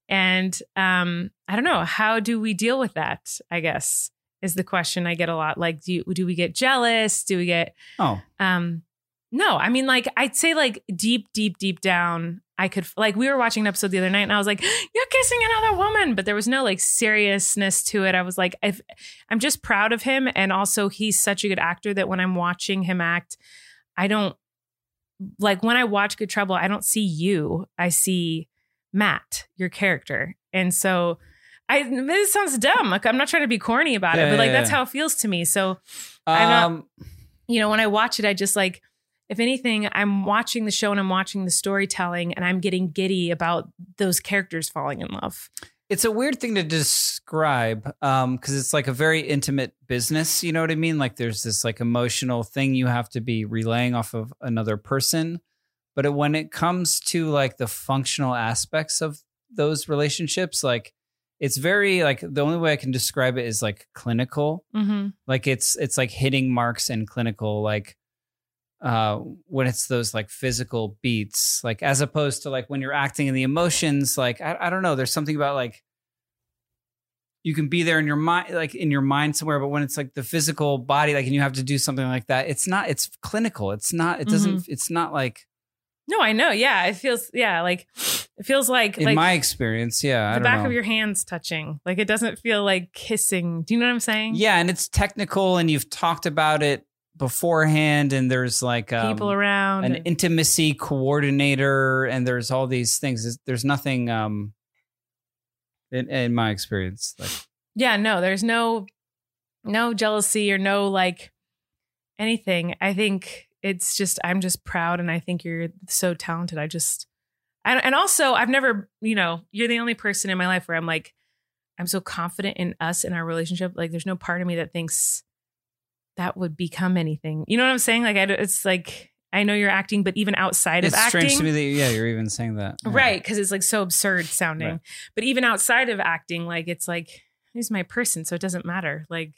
[SPEAKER 2] and um, I don't know how do we deal with that. I guess is the question I get a lot. Like, do you, do we get jealous? Do we get
[SPEAKER 3] Oh,
[SPEAKER 2] um, no, I mean, like, I'd say, like, deep, deep, deep down, I could, like, we were watching an episode the other night and I was like, you're kissing another woman. But there was no, like, seriousness to it. I was like, if, I'm just proud of him. And also, he's such a good actor that when I'm watching him act, I don't, like, when I watch Good Trouble, I don't see you. I see Matt, your character. And so, I, this sounds dumb. Like, I'm not trying to be corny about it,
[SPEAKER 3] Yeah,
[SPEAKER 2] but like,
[SPEAKER 3] yeah,
[SPEAKER 2] that's
[SPEAKER 3] yeah.
[SPEAKER 2] how it feels to me. So, I'm not-
[SPEAKER 3] um,
[SPEAKER 2] you know, when I watch it, I just like, if anything, I'm watching the show and I'm watching the storytelling and I'm getting giddy about those characters falling in love.
[SPEAKER 3] it's a weird thing to describe because it's like a very intimate business you know what i mean like there's this like emotional thing you have to be relaying off of another person but it, when it comes to like the functional aspects of those relationships like it's very like the only way i can describe it is like clinical
[SPEAKER 2] Mm-hmm.
[SPEAKER 3] like it's it's like hitting marks and clinical like uh when it's those like physical beats like as opposed to like when you're acting in the emotions like i, I don't know there's something about like you can be there in your mind like in your mind somewhere but when it's like the physical body like and you have to do something like that it's not it's clinical it's not it doesn't
[SPEAKER 2] Mm-hmm.
[SPEAKER 3] it's not like
[SPEAKER 2] No, I know. Yeah. It feels, yeah, like it feels like,
[SPEAKER 3] in
[SPEAKER 2] like
[SPEAKER 3] my experience yeah I
[SPEAKER 2] the
[SPEAKER 3] don't
[SPEAKER 2] back
[SPEAKER 3] know.
[SPEAKER 2] of your hands touching. Like it doesn't feel like kissing. Do you know what I'm saying?
[SPEAKER 3] yeah and it's technical and you've talked about it beforehand and there's like um,
[SPEAKER 2] People around.
[SPEAKER 3] an
[SPEAKER 2] and-
[SPEAKER 3] intimacy coordinator and there's all these things There's- there's nothing um in, in my experience like
[SPEAKER 2] Yeah, no, there's no no jealousy or no like anything. I think it's just I'm just proud and I think you're so talented. I just and and also I've never, you know, you're the only person in my life where I'm like I'm so confident in us in our relationship. Like there's no part of me that thinks that would become anything. You know what I'm saying? Like I d- it's like I know you're acting, but even outside
[SPEAKER 3] It's
[SPEAKER 2] of acting,
[SPEAKER 3] strange to me that yeah, you're even saying that. Yeah.
[SPEAKER 2] right because it's like so absurd sounding but even outside of acting like it's like who's my person so it doesn't matter like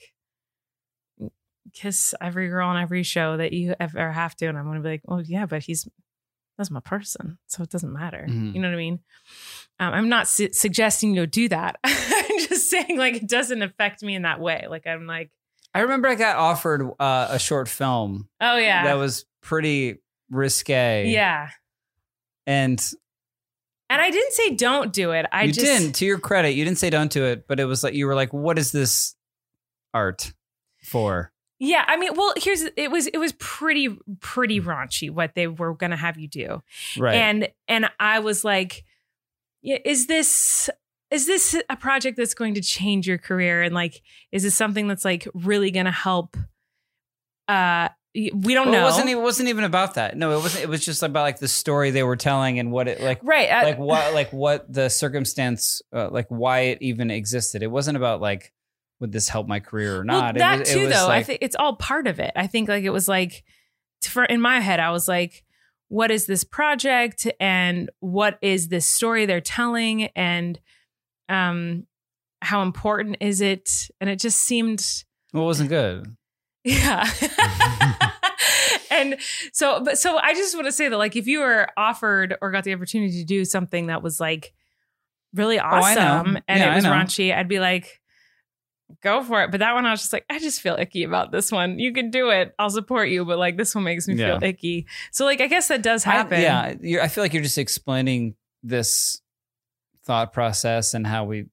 [SPEAKER 2] kiss every girl on every show that you ever have to and i'm gonna be like oh yeah but he's that's my person so it doesn't matter
[SPEAKER 3] Mhm.
[SPEAKER 2] you know what i mean um, i'm not su- suggesting you do that i'm just saying like it doesn't affect me in that way like i'm like
[SPEAKER 3] I remember I got offered uh, a short film
[SPEAKER 2] oh yeah
[SPEAKER 3] that was pretty risque.
[SPEAKER 2] yeah
[SPEAKER 3] and
[SPEAKER 2] and i didn't say don't do it i
[SPEAKER 3] you
[SPEAKER 2] just
[SPEAKER 3] didn't. To your credit, you didn't say don't do it, but it was like you were like, "What is this art for?"
[SPEAKER 2] Yeah, I mean, well, here's it was it was pretty pretty raunchy what they were going to have you do.
[SPEAKER 3] Right.
[SPEAKER 2] And and I was like, yeah, is this is this a project that's going to change your career and like is this something that's like really going to help uh y- we don't
[SPEAKER 3] Well,
[SPEAKER 2] know.
[SPEAKER 3] It wasn't even, wasn't even about that. No, it wasn't. It was just about like the story they were telling and what it like,
[SPEAKER 2] right. uh, I-
[SPEAKER 3] like what, like what the circumstance, uh, like why it even existed. It wasn't about like, would this help my career or not?
[SPEAKER 2] Well, that
[SPEAKER 3] it was,
[SPEAKER 2] too,
[SPEAKER 3] it was
[SPEAKER 2] though. I
[SPEAKER 3] like-
[SPEAKER 2] think it's all part of it. I think like it was like t- for in my head, I was like, what is this project and what is this story they're telling and um how important is it? And it just seemed
[SPEAKER 3] well, it wasn't good.
[SPEAKER 2] yeah. and so, but so I just want to say that, like, if you were offered or got the opportunity to do something that was like really
[SPEAKER 3] Oh, I know.
[SPEAKER 2] awesome and
[SPEAKER 3] Yeah, I
[SPEAKER 2] it was
[SPEAKER 3] know.
[SPEAKER 2] raunchy, I'd be like, go for it. But that one, I was just like, I just feel icky about this one. You can do it. I'll support you. But like, this one makes me
[SPEAKER 3] Yeah.
[SPEAKER 2] feel icky. So, like, I guess that does happen.
[SPEAKER 3] I, yeah, you're, I feel like you're just explaining this thought process and how we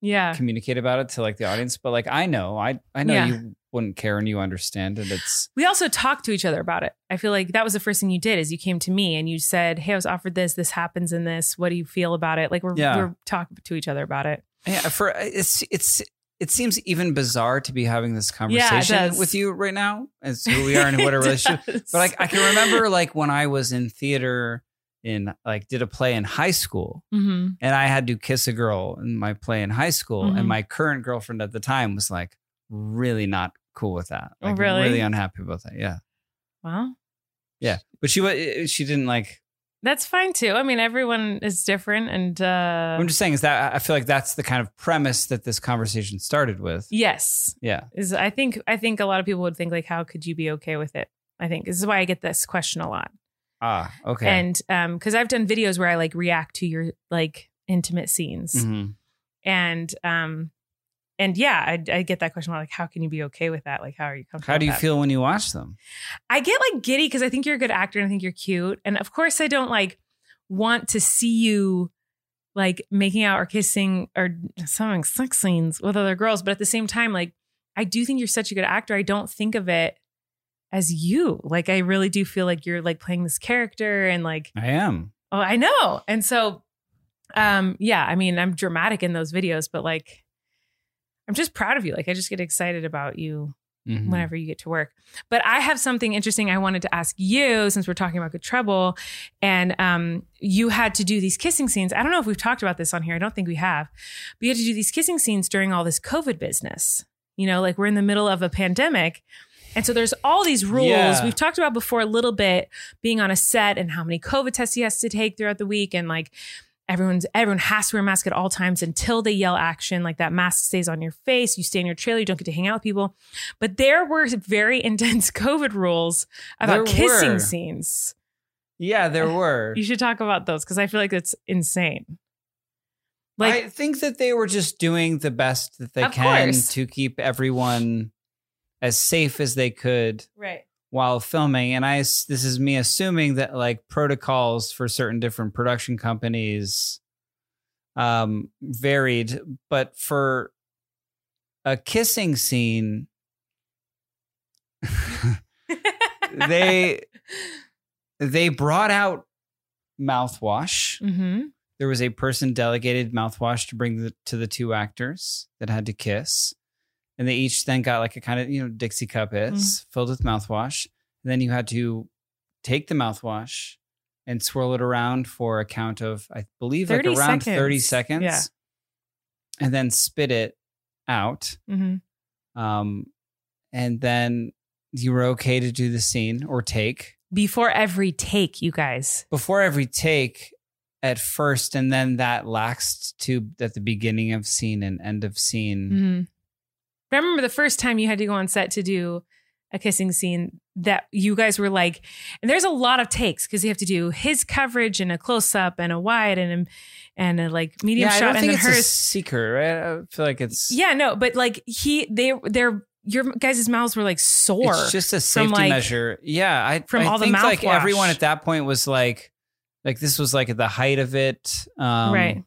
[SPEAKER 2] Yeah.
[SPEAKER 3] communicate about it to like the audience. But like, I know, I I know
[SPEAKER 2] Yeah.
[SPEAKER 3] you wouldn't care and you understand, and it's
[SPEAKER 2] We also talked to each other about it. I feel like that was the first thing you did is you came to me and you said, Hey, I was offered this, this happens in this. What do you feel about it? Like we're,
[SPEAKER 3] Yeah.
[SPEAKER 2] we're talking to each other about it.
[SPEAKER 3] Yeah, for uh, it's it's it seems even bizarre to be having this conversation
[SPEAKER 2] does.
[SPEAKER 3] with you right now as who we are and what a
[SPEAKER 2] It
[SPEAKER 3] relationship.
[SPEAKER 2] does.
[SPEAKER 3] But like I can remember like when I was in theater in like did a play in high school
[SPEAKER 2] Mhm.
[SPEAKER 3] and I had to kiss a girl in my play in high school
[SPEAKER 2] Mhm.
[SPEAKER 3] and my current girlfriend at the time was like really not cool with that.
[SPEAKER 2] Oh,
[SPEAKER 3] Like
[SPEAKER 2] really?
[SPEAKER 3] unhappy about that. Yeah.
[SPEAKER 2] Well,
[SPEAKER 3] But she was she didn't like
[SPEAKER 2] that's fine too. I mean, everyone is different, and uh,
[SPEAKER 3] I'm just saying is that I feel like that's the kind of premise that this conversation started with.
[SPEAKER 2] yes,
[SPEAKER 3] Yeah.
[SPEAKER 2] is I think I think a lot of people would think like, how could you be okay with it? I think this is why I get this question a lot,
[SPEAKER 3] Ah, okay.
[SPEAKER 2] and um, because I've done videos where I like react to your like intimate scenes,
[SPEAKER 3] Mhm.
[SPEAKER 2] and um, and yeah, I, I get that question a lot, like, how can you be okay with that? Like, how are you comfortable?
[SPEAKER 3] How do you
[SPEAKER 2] with that?
[SPEAKER 3] feel when you watch them?
[SPEAKER 2] I get like giddy because I think you're a good actor and I think you're cute. And of course, I don't like want to see you like making out or kissing or having sex scenes with other girls. But at the same time, like I do think you're such a good actor. I don't think of it as you. Like I really do feel like you're like playing this character and like
[SPEAKER 3] I am.
[SPEAKER 2] oh I know. And so, um, yeah. I mean, I'm dramatic in those videos, but like I'm just proud of you. Like I just get excited about you
[SPEAKER 3] Mm-hmm.
[SPEAKER 2] whenever you get to work. But I have something interesting I wanted to ask you since we're talking about good trouble, and um, you had to do these kissing scenes. I don't know if we've talked about this on here. I don't think we have, but you had to do these kissing scenes during all this COVID business. You know, like we're in the middle of a pandemic. And so there's all these rules
[SPEAKER 3] Yeah.
[SPEAKER 2] we've talked about before a little bit, being on a set and how many COVID tests he has to take throughout the week, and like everyone's everyone has to wear a mask at all times until they yell action. Like that mask stays on your face, you stay in your trailer, you don't get to hang out with people. But there were very intense COVID rules about
[SPEAKER 3] There
[SPEAKER 2] kissing
[SPEAKER 3] were.
[SPEAKER 2] scenes.
[SPEAKER 3] Yeah, there were.
[SPEAKER 2] You should talk about those because I feel like it's insane. Like,
[SPEAKER 3] I think that they were just doing the best that they
[SPEAKER 2] Of
[SPEAKER 3] can
[SPEAKER 2] course.
[SPEAKER 3] to keep everyone as safe as they could
[SPEAKER 2] right.
[SPEAKER 3] while filming. And I, s- this is me assuming that like protocols for certain different production companies um, varied, but for a kissing scene, they they brought out mouthwash.
[SPEAKER 2] Mm-hmm.
[SPEAKER 3] There There was a person delegated mouthwash to bring the, to the two actors that had to kiss. And they each then got like a kind of, you know, Dixie cup is filled with mouthwash. And then you had to take the mouthwash and swirl it around for a count of, I believe, like
[SPEAKER 2] 30
[SPEAKER 3] around 30
[SPEAKER 2] seconds.
[SPEAKER 3] seconds.
[SPEAKER 2] Yeah.
[SPEAKER 3] And then spit it out.
[SPEAKER 2] Mm-hmm.
[SPEAKER 3] Um, and then you were okay to do the scene or take
[SPEAKER 2] Before every take, you guys.
[SPEAKER 3] before every take at first and then that laxed to at the beginning of scene and end of scene
[SPEAKER 2] Mm-hmm. I remember the first time you had to go on set to do a kissing scene that you guys were like, and there's a lot of takes because you have to do his coverage and a close up and a wide and a, and a like medium
[SPEAKER 3] yeah i
[SPEAKER 2] shot
[SPEAKER 3] don't
[SPEAKER 2] and
[SPEAKER 3] think
[SPEAKER 2] then
[SPEAKER 3] it's a
[SPEAKER 2] hers.
[SPEAKER 3] secret right i feel like it's
[SPEAKER 2] Yeah, no, but like he, they, their, your guys' mouths were like sore.
[SPEAKER 3] it's just a
[SPEAKER 2] from,
[SPEAKER 3] safety
[SPEAKER 2] like-
[SPEAKER 3] measure yeah i
[SPEAKER 2] from
[SPEAKER 3] I
[SPEAKER 2] all the
[SPEAKER 3] think like
[SPEAKER 2] mouthwash.
[SPEAKER 3] everyone at that point was like like this was like at the height of it um
[SPEAKER 2] Right.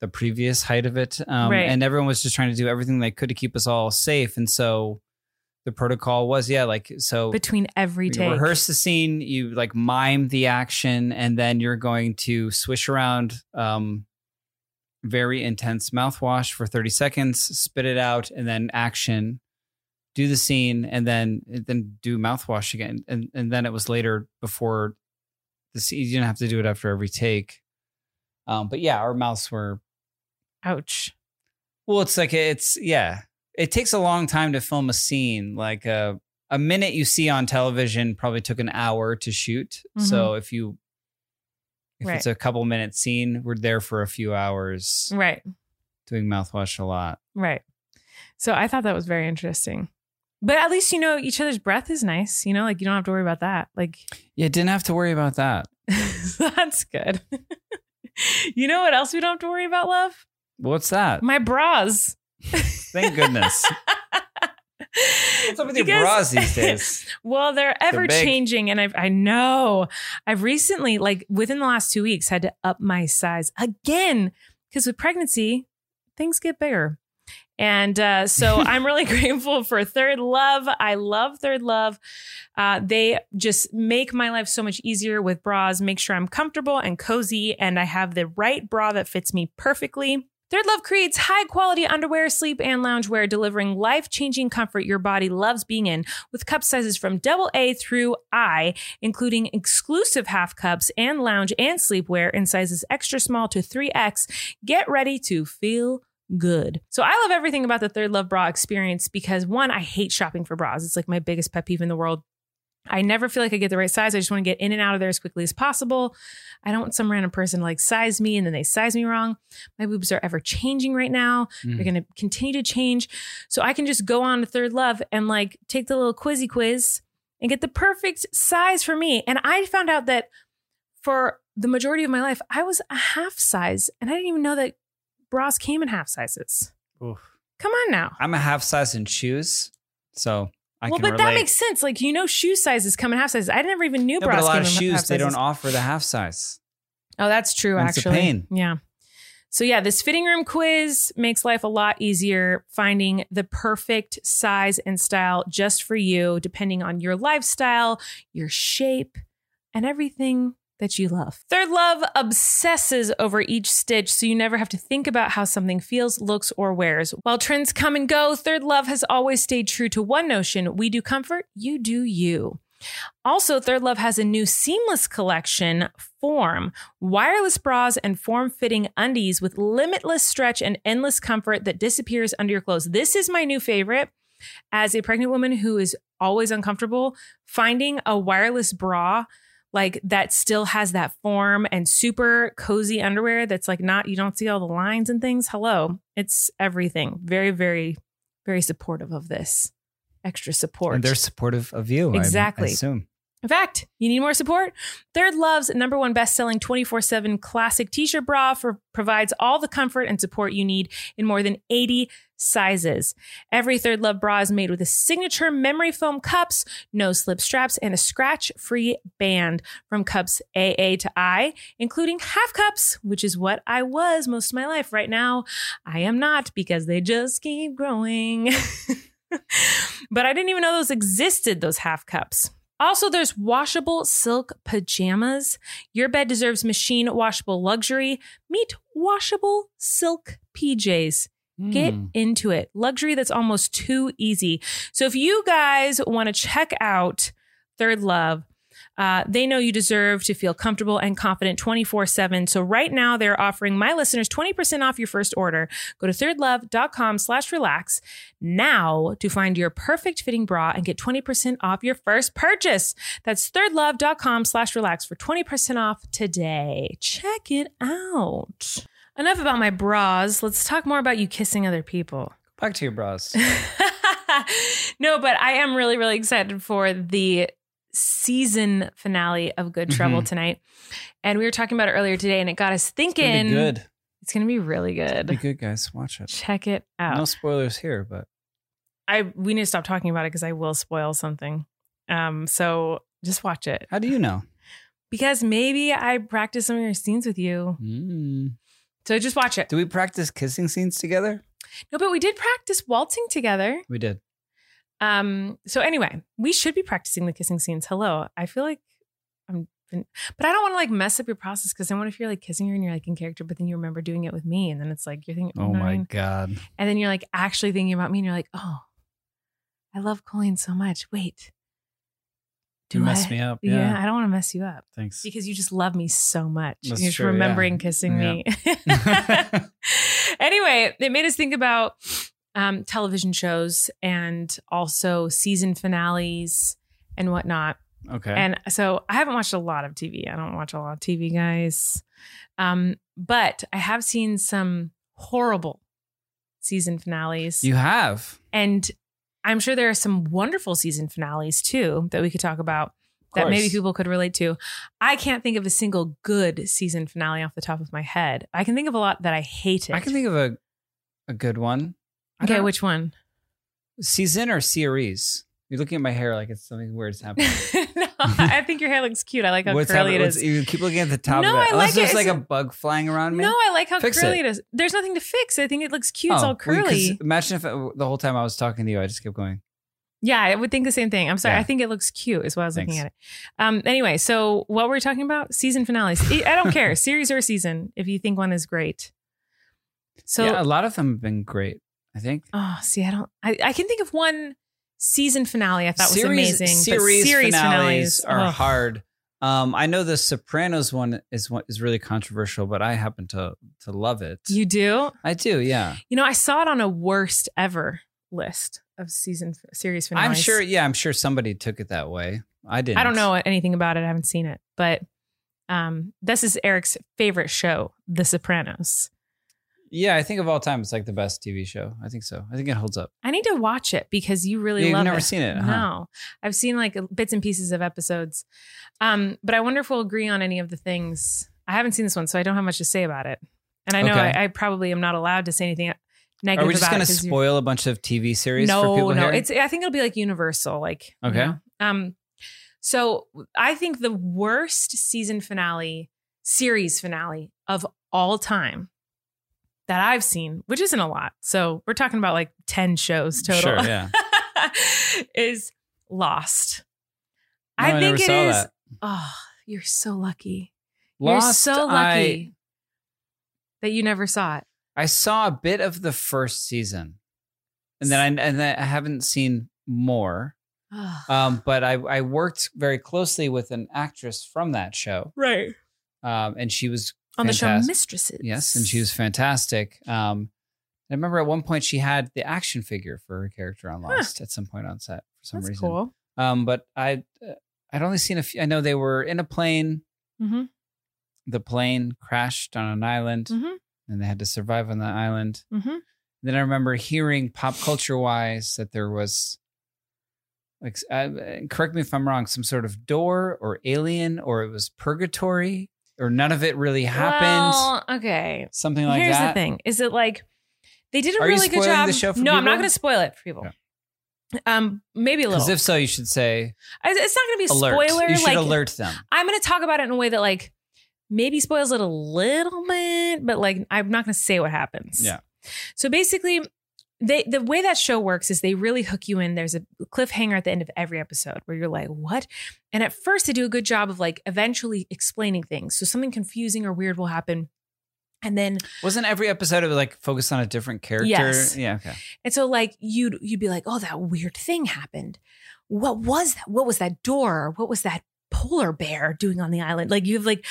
[SPEAKER 3] the previous height of it um
[SPEAKER 2] Right.
[SPEAKER 3] and everyone was just trying to do everything they could to keep us all safe and so the protocol was yeah like so
[SPEAKER 2] between every
[SPEAKER 3] you
[SPEAKER 2] take.
[SPEAKER 3] rehearse the scene you like mime the action and then you're going to swish around um very intense mouthwash for 30 seconds spit it out and then action do the scene and then and then do mouthwash again and and then it was later before the scene you didn't have to do it after every take um but yeah our mouths were
[SPEAKER 2] Ouch.
[SPEAKER 3] well, it's like it's yeah. It takes a long time to film a scene. Like a a minute you see on television probably took an hour to shoot. So if you if
[SPEAKER 2] Mm-hmm. Right. Mm.
[SPEAKER 3] it's a couple minute scene, we're there for a few hours
[SPEAKER 2] Right.
[SPEAKER 3] doing mouthwash a lot.
[SPEAKER 2] Right. So I thought that was very interesting. But at least you know each other's breath is nice, you know, like you don't have to worry about that. Like
[SPEAKER 3] Yeah, didn't have to worry about that.
[SPEAKER 2] that's good. you know what else we don't have to worry about, love?
[SPEAKER 3] What's that?
[SPEAKER 2] My bras.
[SPEAKER 3] Thank goodness. What's up with your bras these days?
[SPEAKER 2] Well, they're ever changing, and I've, I know I've recently, like within the last two weeks, had to up my size again because with pregnancy, things get bigger. And uh, so I'm really grateful for Third Love. I love Third Love. Uh, they just make my life so much easier with bras, make sure I'm comfortable and cozy, and I have the right bra that fits me perfectly. Third Love creates high quality underwear, sleep, and loungewear, delivering life changing comfort your body loves being in with cup sizes from double A through I, including exclusive half cups and lounge and sleepwear in sizes extra small to 3X. Get ready to feel good. So I love everything about the Third Love bra experience because one, I hate shopping for bras. It's like my biggest pet peeve in the world. I never feel like I get the right size. I just want to get in and out of there as quickly as possible. I don't want some random person to like size me and then they size me wrong. My boobs are ever changing right now.
[SPEAKER 3] Mm.
[SPEAKER 2] They're going to continue to change. So I can just go on to Third Love and like take the little quizzy quiz and get the perfect size for me. And I found out that for the majority of my life, I was a half size and I didn't even know that bras came in half sizes.
[SPEAKER 3] Oof.
[SPEAKER 2] Come on now.
[SPEAKER 3] I'm a half size in shoes, so I
[SPEAKER 2] well,
[SPEAKER 3] can
[SPEAKER 2] but
[SPEAKER 3] relate.
[SPEAKER 2] that makes sense. Like, you know, shoe sizes come in half sizes. I never even knew
[SPEAKER 3] no,
[SPEAKER 2] bras
[SPEAKER 3] but a lot
[SPEAKER 2] came
[SPEAKER 3] of
[SPEAKER 2] in half
[SPEAKER 3] shoes
[SPEAKER 2] sizes.
[SPEAKER 3] they don't offer the half size.
[SPEAKER 2] Oh, that's true,
[SPEAKER 3] And it's a
[SPEAKER 2] actually.
[SPEAKER 3] pain.
[SPEAKER 2] Yeah. So, yeah, this fitting room quiz makes life a lot easier finding the perfect size and style just for you, depending on your lifestyle, your shape, and everything that you love. Third Love obsesses over each stitch so you never have to think about how something feels, looks, or wears. While trends come and go, Third Love has always stayed true to one notion we do comfort, you do you. Also, Third Love has a new seamless collection, Form, wireless bras and form fitting undies with limitless stretch and endless comfort that disappears under your clothes. This is my new favorite. As a pregnant woman who is always uncomfortable, finding a wireless bra like that still has that form and super cozy underwear that's like not, you don't see all the lines and things. Hello. It's everything. Very, very, very supportive of this extra support.
[SPEAKER 3] And they're supportive of you. I-
[SPEAKER 2] Exactly.
[SPEAKER 3] I assume.
[SPEAKER 2] In fact, you need more support? Third Love's number one best-selling 24/7 classic t-shirt bra for, provides all the comfort and support you need in more than 80 sizes. Every Third Love bra is made with a signature memory foam cups, no slip straps, and a scratch-free band from cups AA to I, including half cups, which is what I was most of my life. Right now, I am not because they just keep growing. but I didn't even know those existed, those half cups. Also, there's washable silk pajamas. Your bed deserves machine washable luxury. Meet washable silk PJs. Get
[SPEAKER 3] Mm.
[SPEAKER 2] into it. Luxury that's almost too easy. So if you guys want to check out Third Love, uh, they know you deserve to feel comfortable and confident 24 7. So right now they're offering my listeners 20% off your first order. Go to thirdlove.com slash relax now to find your perfect fitting bra and get 20% off your first purchase. That's thirdlove.com slash relax for 20% off today. Check it out. Enough about my bras. Let's talk more about you kissing other people.
[SPEAKER 3] Back to your bras.
[SPEAKER 2] no, but I am really, really excited for the season finale of
[SPEAKER 3] Mm-hmm.
[SPEAKER 2] Good Trouble tonight. And we were talking about it earlier today, and it got us thinking.
[SPEAKER 3] It'll be good.
[SPEAKER 2] It's gonna be really
[SPEAKER 3] It'll be
[SPEAKER 2] good.
[SPEAKER 3] good, guys. Watch it.
[SPEAKER 2] Check it out.
[SPEAKER 3] No spoilers here, but
[SPEAKER 2] I we need to stop talking about it because I will spoil something. Um, so just watch it
[SPEAKER 3] how do you know?
[SPEAKER 2] because maybe I practice some of your scenes with you.
[SPEAKER 3] Mm.
[SPEAKER 2] So just watch it.
[SPEAKER 3] Do we practice kissing scenes together?
[SPEAKER 2] No, but we did practice waltzing together.
[SPEAKER 3] We did.
[SPEAKER 2] Um, so anyway, we should be practicing the kissing scenes. Hello, I feel like I'm, but I don't want to like mess up your process because I want to feel like kissing her and you're like in character, but then you remember doing it with me, and then it's like you're thinking,
[SPEAKER 3] Oh
[SPEAKER 2] you know what I
[SPEAKER 3] my
[SPEAKER 2] mean?
[SPEAKER 3] god.
[SPEAKER 2] and then you're like actually thinking about me, and you're like, oh, I love Colleen so much. Wait, do
[SPEAKER 3] you messed
[SPEAKER 2] I-
[SPEAKER 3] me up.
[SPEAKER 2] Yeah,
[SPEAKER 3] Yeah.
[SPEAKER 2] I don't want to mess you up
[SPEAKER 3] Thanks.
[SPEAKER 2] because you just love me so much.
[SPEAKER 3] That's
[SPEAKER 2] you're just
[SPEAKER 3] true, yeah.
[SPEAKER 2] remembering kissing me.
[SPEAKER 3] Yeah.
[SPEAKER 2] anyway, it made us think about um, television shows and also season finales and whatnot.
[SPEAKER 3] Okay.
[SPEAKER 2] And so I haven't watched a lot of TV. I don't watch a lot of TV, guys. Um, but I have seen some horrible season finales.
[SPEAKER 3] you have.
[SPEAKER 2] and I'm sure there are some wonderful season finales too that we could talk about
[SPEAKER 3] Of
[SPEAKER 2] that maybe
[SPEAKER 3] course.
[SPEAKER 2] people could relate to. I can't think of a single good season finale off the top of my head. I can think of a lot that I hated.
[SPEAKER 3] I can think of a a good one. I
[SPEAKER 2] Okay,
[SPEAKER 3] don't-
[SPEAKER 2] which one?
[SPEAKER 3] season or series? You're looking at my hair like it's something weird is
[SPEAKER 2] no,
[SPEAKER 3] happening.
[SPEAKER 2] I think your hair looks cute. I like how
[SPEAKER 3] What's
[SPEAKER 2] curly
[SPEAKER 3] happening?
[SPEAKER 2] it
[SPEAKER 3] What's-
[SPEAKER 2] is.
[SPEAKER 3] You keep looking at the top
[SPEAKER 2] No,
[SPEAKER 3] of it.
[SPEAKER 2] I
[SPEAKER 3] Unless
[SPEAKER 2] like it.
[SPEAKER 3] there's
[SPEAKER 2] It's
[SPEAKER 3] like
[SPEAKER 2] a-
[SPEAKER 3] a bug flying around me.
[SPEAKER 2] No, I like how
[SPEAKER 3] Fix
[SPEAKER 2] curly
[SPEAKER 3] it.
[SPEAKER 2] it is. There's nothing to fix. I think it looks cute. it's all
[SPEAKER 3] Oh, well, you- 'cause
[SPEAKER 2] curly.
[SPEAKER 3] imagine if uh, the whole time I was talking to you, I just kept going.
[SPEAKER 2] yeah, I would think the same thing. I'm sorry.
[SPEAKER 3] Yeah.
[SPEAKER 2] I think it looks cute is why I was looking at it.
[SPEAKER 3] Thanks.
[SPEAKER 2] Um, anyway, so what were we talking about? Season finales. I I don't care, series or season, if you think one is great. So
[SPEAKER 3] yeah, a lot of them have been great. I think
[SPEAKER 2] Oh, see, I don't. I, I can think of one season finale I thought was amazing.
[SPEAKER 3] Series,
[SPEAKER 2] but series
[SPEAKER 3] finales,
[SPEAKER 2] finales,
[SPEAKER 3] are
[SPEAKER 2] ugh.
[SPEAKER 3] hard. Um, I know the Sopranos one is one is really controversial, but I happen to to love it.
[SPEAKER 2] You do?
[SPEAKER 3] I do, yeah.
[SPEAKER 2] You know, I saw it on a worst ever list of season series finales.
[SPEAKER 3] I'm sure. Yeah, I'm sure somebody took it that way. I didn't.
[SPEAKER 2] I don't know anything about it. I haven't seen it, but um, this is Eric's favorite show, The Sopranos.
[SPEAKER 3] Yeah, I think of all time, it's like the best TV show. I think so. I think it holds up.
[SPEAKER 2] I need to watch it because you really
[SPEAKER 3] You've
[SPEAKER 2] love
[SPEAKER 3] never
[SPEAKER 2] it.
[SPEAKER 3] seen it, huh?
[SPEAKER 2] No, I've seen like bits and pieces of episodes, um, but I wonder if we'll agree on any of the things. I haven't seen this one, so I don't have much to say about it. And I know
[SPEAKER 3] Okay.
[SPEAKER 2] I, I probably am not allowed to say anything negative.
[SPEAKER 3] Are we just
[SPEAKER 2] about
[SPEAKER 3] going
[SPEAKER 2] it
[SPEAKER 3] to
[SPEAKER 2] 'cause you're-
[SPEAKER 3] spoil a bunch of TV series?
[SPEAKER 2] no,
[SPEAKER 3] for people
[SPEAKER 2] no.
[SPEAKER 3] here?
[SPEAKER 2] It's. I think it'll be like universal. Like you
[SPEAKER 3] Okay.
[SPEAKER 2] know. Um. So I think the worst season finale, series finale of all time that I've seen, which isn't a lot. So we're talking about like ten shows total.
[SPEAKER 3] Sure, yeah.
[SPEAKER 2] is Lost.
[SPEAKER 3] No,
[SPEAKER 2] I
[SPEAKER 3] never
[SPEAKER 2] think it
[SPEAKER 3] saw
[SPEAKER 2] is.
[SPEAKER 3] that.
[SPEAKER 2] Oh, you're so lucky.
[SPEAKER 3] Lost,
[SPEAKER 2] you're so
[SPEAKER 3] I-
[SPEAKER 2] lucky that you never saw it.
[SPEAKER 3] I saw a bit of the first season, and then I and then I haven't seen more.
[SPEAKER 2] Ah.
[SPEAKER 3] Um, but I I worked very closely with an actress from that show,
[SPEAKER 2] right
[SPEAKER 3] um, and she was
[SPEAKER 2] on the show
[SPEAKER 3] fantastic.
[SPEAKER 2] Mistresses.
[SPEAKER 3] Yes, and she was fantastic. Um, I remember at one point she had the action figure for her character on Lost at some point on set for some
[SPEAKER 2] That's
[SPEAKER 3] reason.
[SPEAKER 2] cool.
[SPEAKER 3] Um, but I uh, I'd only seen a few. I know they were in a plane.
[SPEAKER 2] Mm-hmm.
[SPEAKER 3] The plane crashed on an island,
[SPEAKER 2] Mm-hmm.
[SPEAKER 3] and they had to survive on the island.
[SPEAKER 2] Mm-hmm.
[SPEAKER 3] then I remember hearing pop culture wise that there was like uh, correct me if I'm wrong, some sort of door or alien or it was purgatory or none of it really happened.
[SPEAKER 2] Well, okay.
[SPEAKER 3] Something like
[SPEAKER 2] Here's
[SPEAKER 3] that.
[SPEAKER 2] the thing: is it like they did a
[SPEAKER 3] Are you
[SPEAKER 2] really good
[SPEAKER 3] spoiling
[SPEAKER 2] job?
[SPEAKER 3] the show for
[SPEAKER 2] no, I'm not
[SPEAKER 3] people?
[SPEAKER 2] going to spoil it for people. Um, maybe a little.
[SPEAKER 3] Because if so, you should say
[SPEAKER 2] I- it's not going to be a
[SPEAKER 3] alert.
[SPEAKER 2] spoiler.
[SPEAKER 3] you should
[SPEAKER 2] like
[SPEAKER 3] alert them.
[SPEAKER 2] I'm going to talk about it in a way that like maybe spoils it a little bit, but like I'm not going to say what happens.
[SPEAKER 3] Yeah.
[SPEAKER 2] So basically, they the way that show works is they really hook you in. There's a cliffhanger at the end of every episode where you're like, "What?" And at first, they do a good job of like eventually explaining things. So something confusing or weird will happen, and then
[SPEAKER 3] Wasn't every episode of it, like focused on a different character?
[SPEAKER 2] Yes.
[SPEAKER 3] Yeah. Okay.
[SPEAKER 2] and so like you'd you'd be like, "Oh, that weird thing happened. What was that? What was that door? What was that?" polar bear doing on the island like you have like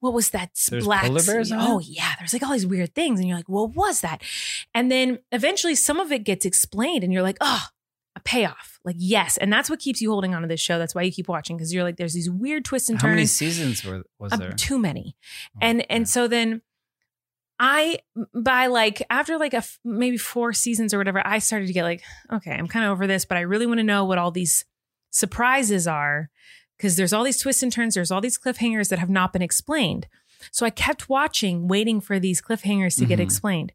[SPEAKER 2] what was that
[SPEAKER 3] There's
[SPEAKER 2] black
[SPEAKER 3] polar bears on
[SPEAKER 2] oh yeah there's like all these weird things and you're like what was that and then eventually some of it gets explained and you're like oh a payoff like yes and that's what keeps you holding on to this show that's why you keep watching because you're like there's these weird twists and
[SPEAKER 3] How
[SPEAKER 2] turns
[SPEAKER 3] many seasons were was
[SPEAKER 2] um,
[SPEAKER 3] there?
[SPEAKER 2] too many
[SPEAKER 3] Oh,
[SPEAKER 2] and and
[SPEAKER 3] yeah.
[SPEAKER 2] so then i by like after like a f- maybe four seasons or whatever i started to get like okay i'm kind of over this but i really want to know what all these surprises are because there's all these twists and turns there's all these cliffhangers that have not been explained so i kept watching waiting for these cliffhangers to get
[SPEAKER 3] Mhm.
[SPEAKER 2] explained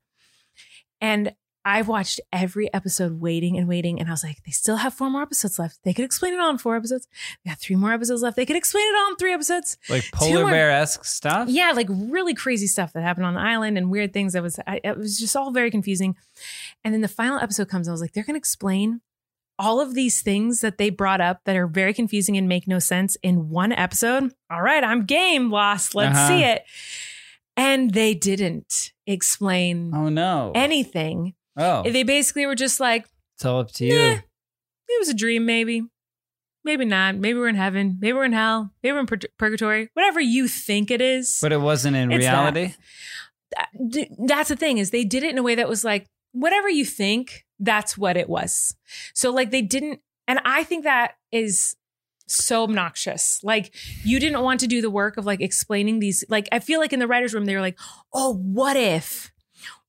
[SPEAKER 2] and I've watched every episode waiting and waiting, and I was like, they still have four more episodes left. They could explain it all in four episodes. They got three more episodes left. They could explain it all in three episodes.
[SPEAKER 3] like
[SPEAKER 2] two
[SPEAKER 3] polar
[SPEAKER 2] more-
[SPEAKER 3] bear esque stuff.
[SPEAKER 2] Yeah, like really crazy stuff that happened on the island and weird things that was I, it was just all very confusing. And then the final episode comes, and I was like, they're gonna explain all of these things that they brought up that are very confusing and make no sense in one episode. All right, I'm game lost. Let's
[SPEAKER 3] Uh-huh.
[SPEAKER 2] see it. And they didn't explain
[SPEAKER 3] Oh no.
[SPEAKER 2] anything.
[SPEAKER 3] oh,
[SPEAKER 2] They basically were just like,
[SPEAKER 3] it's all up to you.
[SPEAKER 2] Nah. it was a dream, maybe. Maybe not. Maybe we're in heaven. Maybe we're in hell. Maybe we're in purg- purgatory. Whatever you think it is.
[SPEAKER 3] But it wasn't in
[SPEAKER 2] It's that.
[SPEAKER 3] reality.
[SPEAKER 2] d- that's the thing is they did it in a way that was like whatever you think that's what it was so like they didn't and i think that is so obnoxious like you didn't want to do the work of like explaining these like i feel like in the writers room they were like oh what if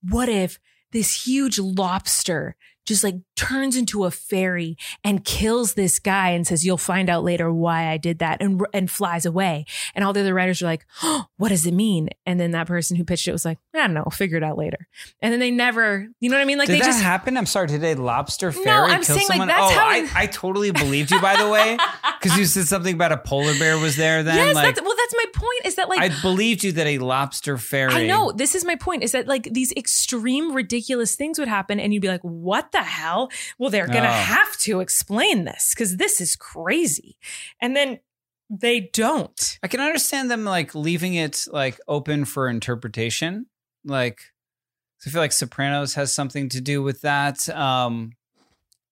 [SPEAKER 2] what if this huge lobster just like turns into a fairy and kills this guy and says you'll find out later why i did that and and flies away and all the other writers are like, oh, what does it mean? And then that person who pitched it was like, I don't know, we'll figure it out later. And then they never, you know what I mean? Like
[SPEAKER 3] Did
[SPEAKER 2] they
[SPEAKER 3] that
[SPEAKER 2] just
[SPEAKER 3] happen? I'm sorry. Did a lobster
[SPEAKER 2] No,
[SPEAKER 3] fairy
[SPEAKER 2] I'm
[SPEAKER 3] kill
[SPEAKER 2] saying, like,
[SPEAKER 3] someone?
[SPEAKER 2] that's
[SPEAKER 3] oh,
[SPEAKER 2] how-
[SPEAKER 3] I, I totally believed you. By the way, because you said something about a polar bear was there. Then,
[SPEAKER 2] yes,
[SPEAKER 3] like,
[SPEAKER 2] that's, well, that's my point. Is that like
[SPEAKER 3] I believed you that a lobster fairy.
[SPEAKER 2] I know this is my point is that like these extreme ridiculous things would happen and you'd be like what the hell well they're going to
[SPEAKER 3] Oh.
[SPEAKER 2] have to explain this cuz this is crazy and then they don't
[SPEAKER 3] I can understand them like leaving it like open for interpretation. Like, 'cause I feel like Sopranos has something to do with that. Um,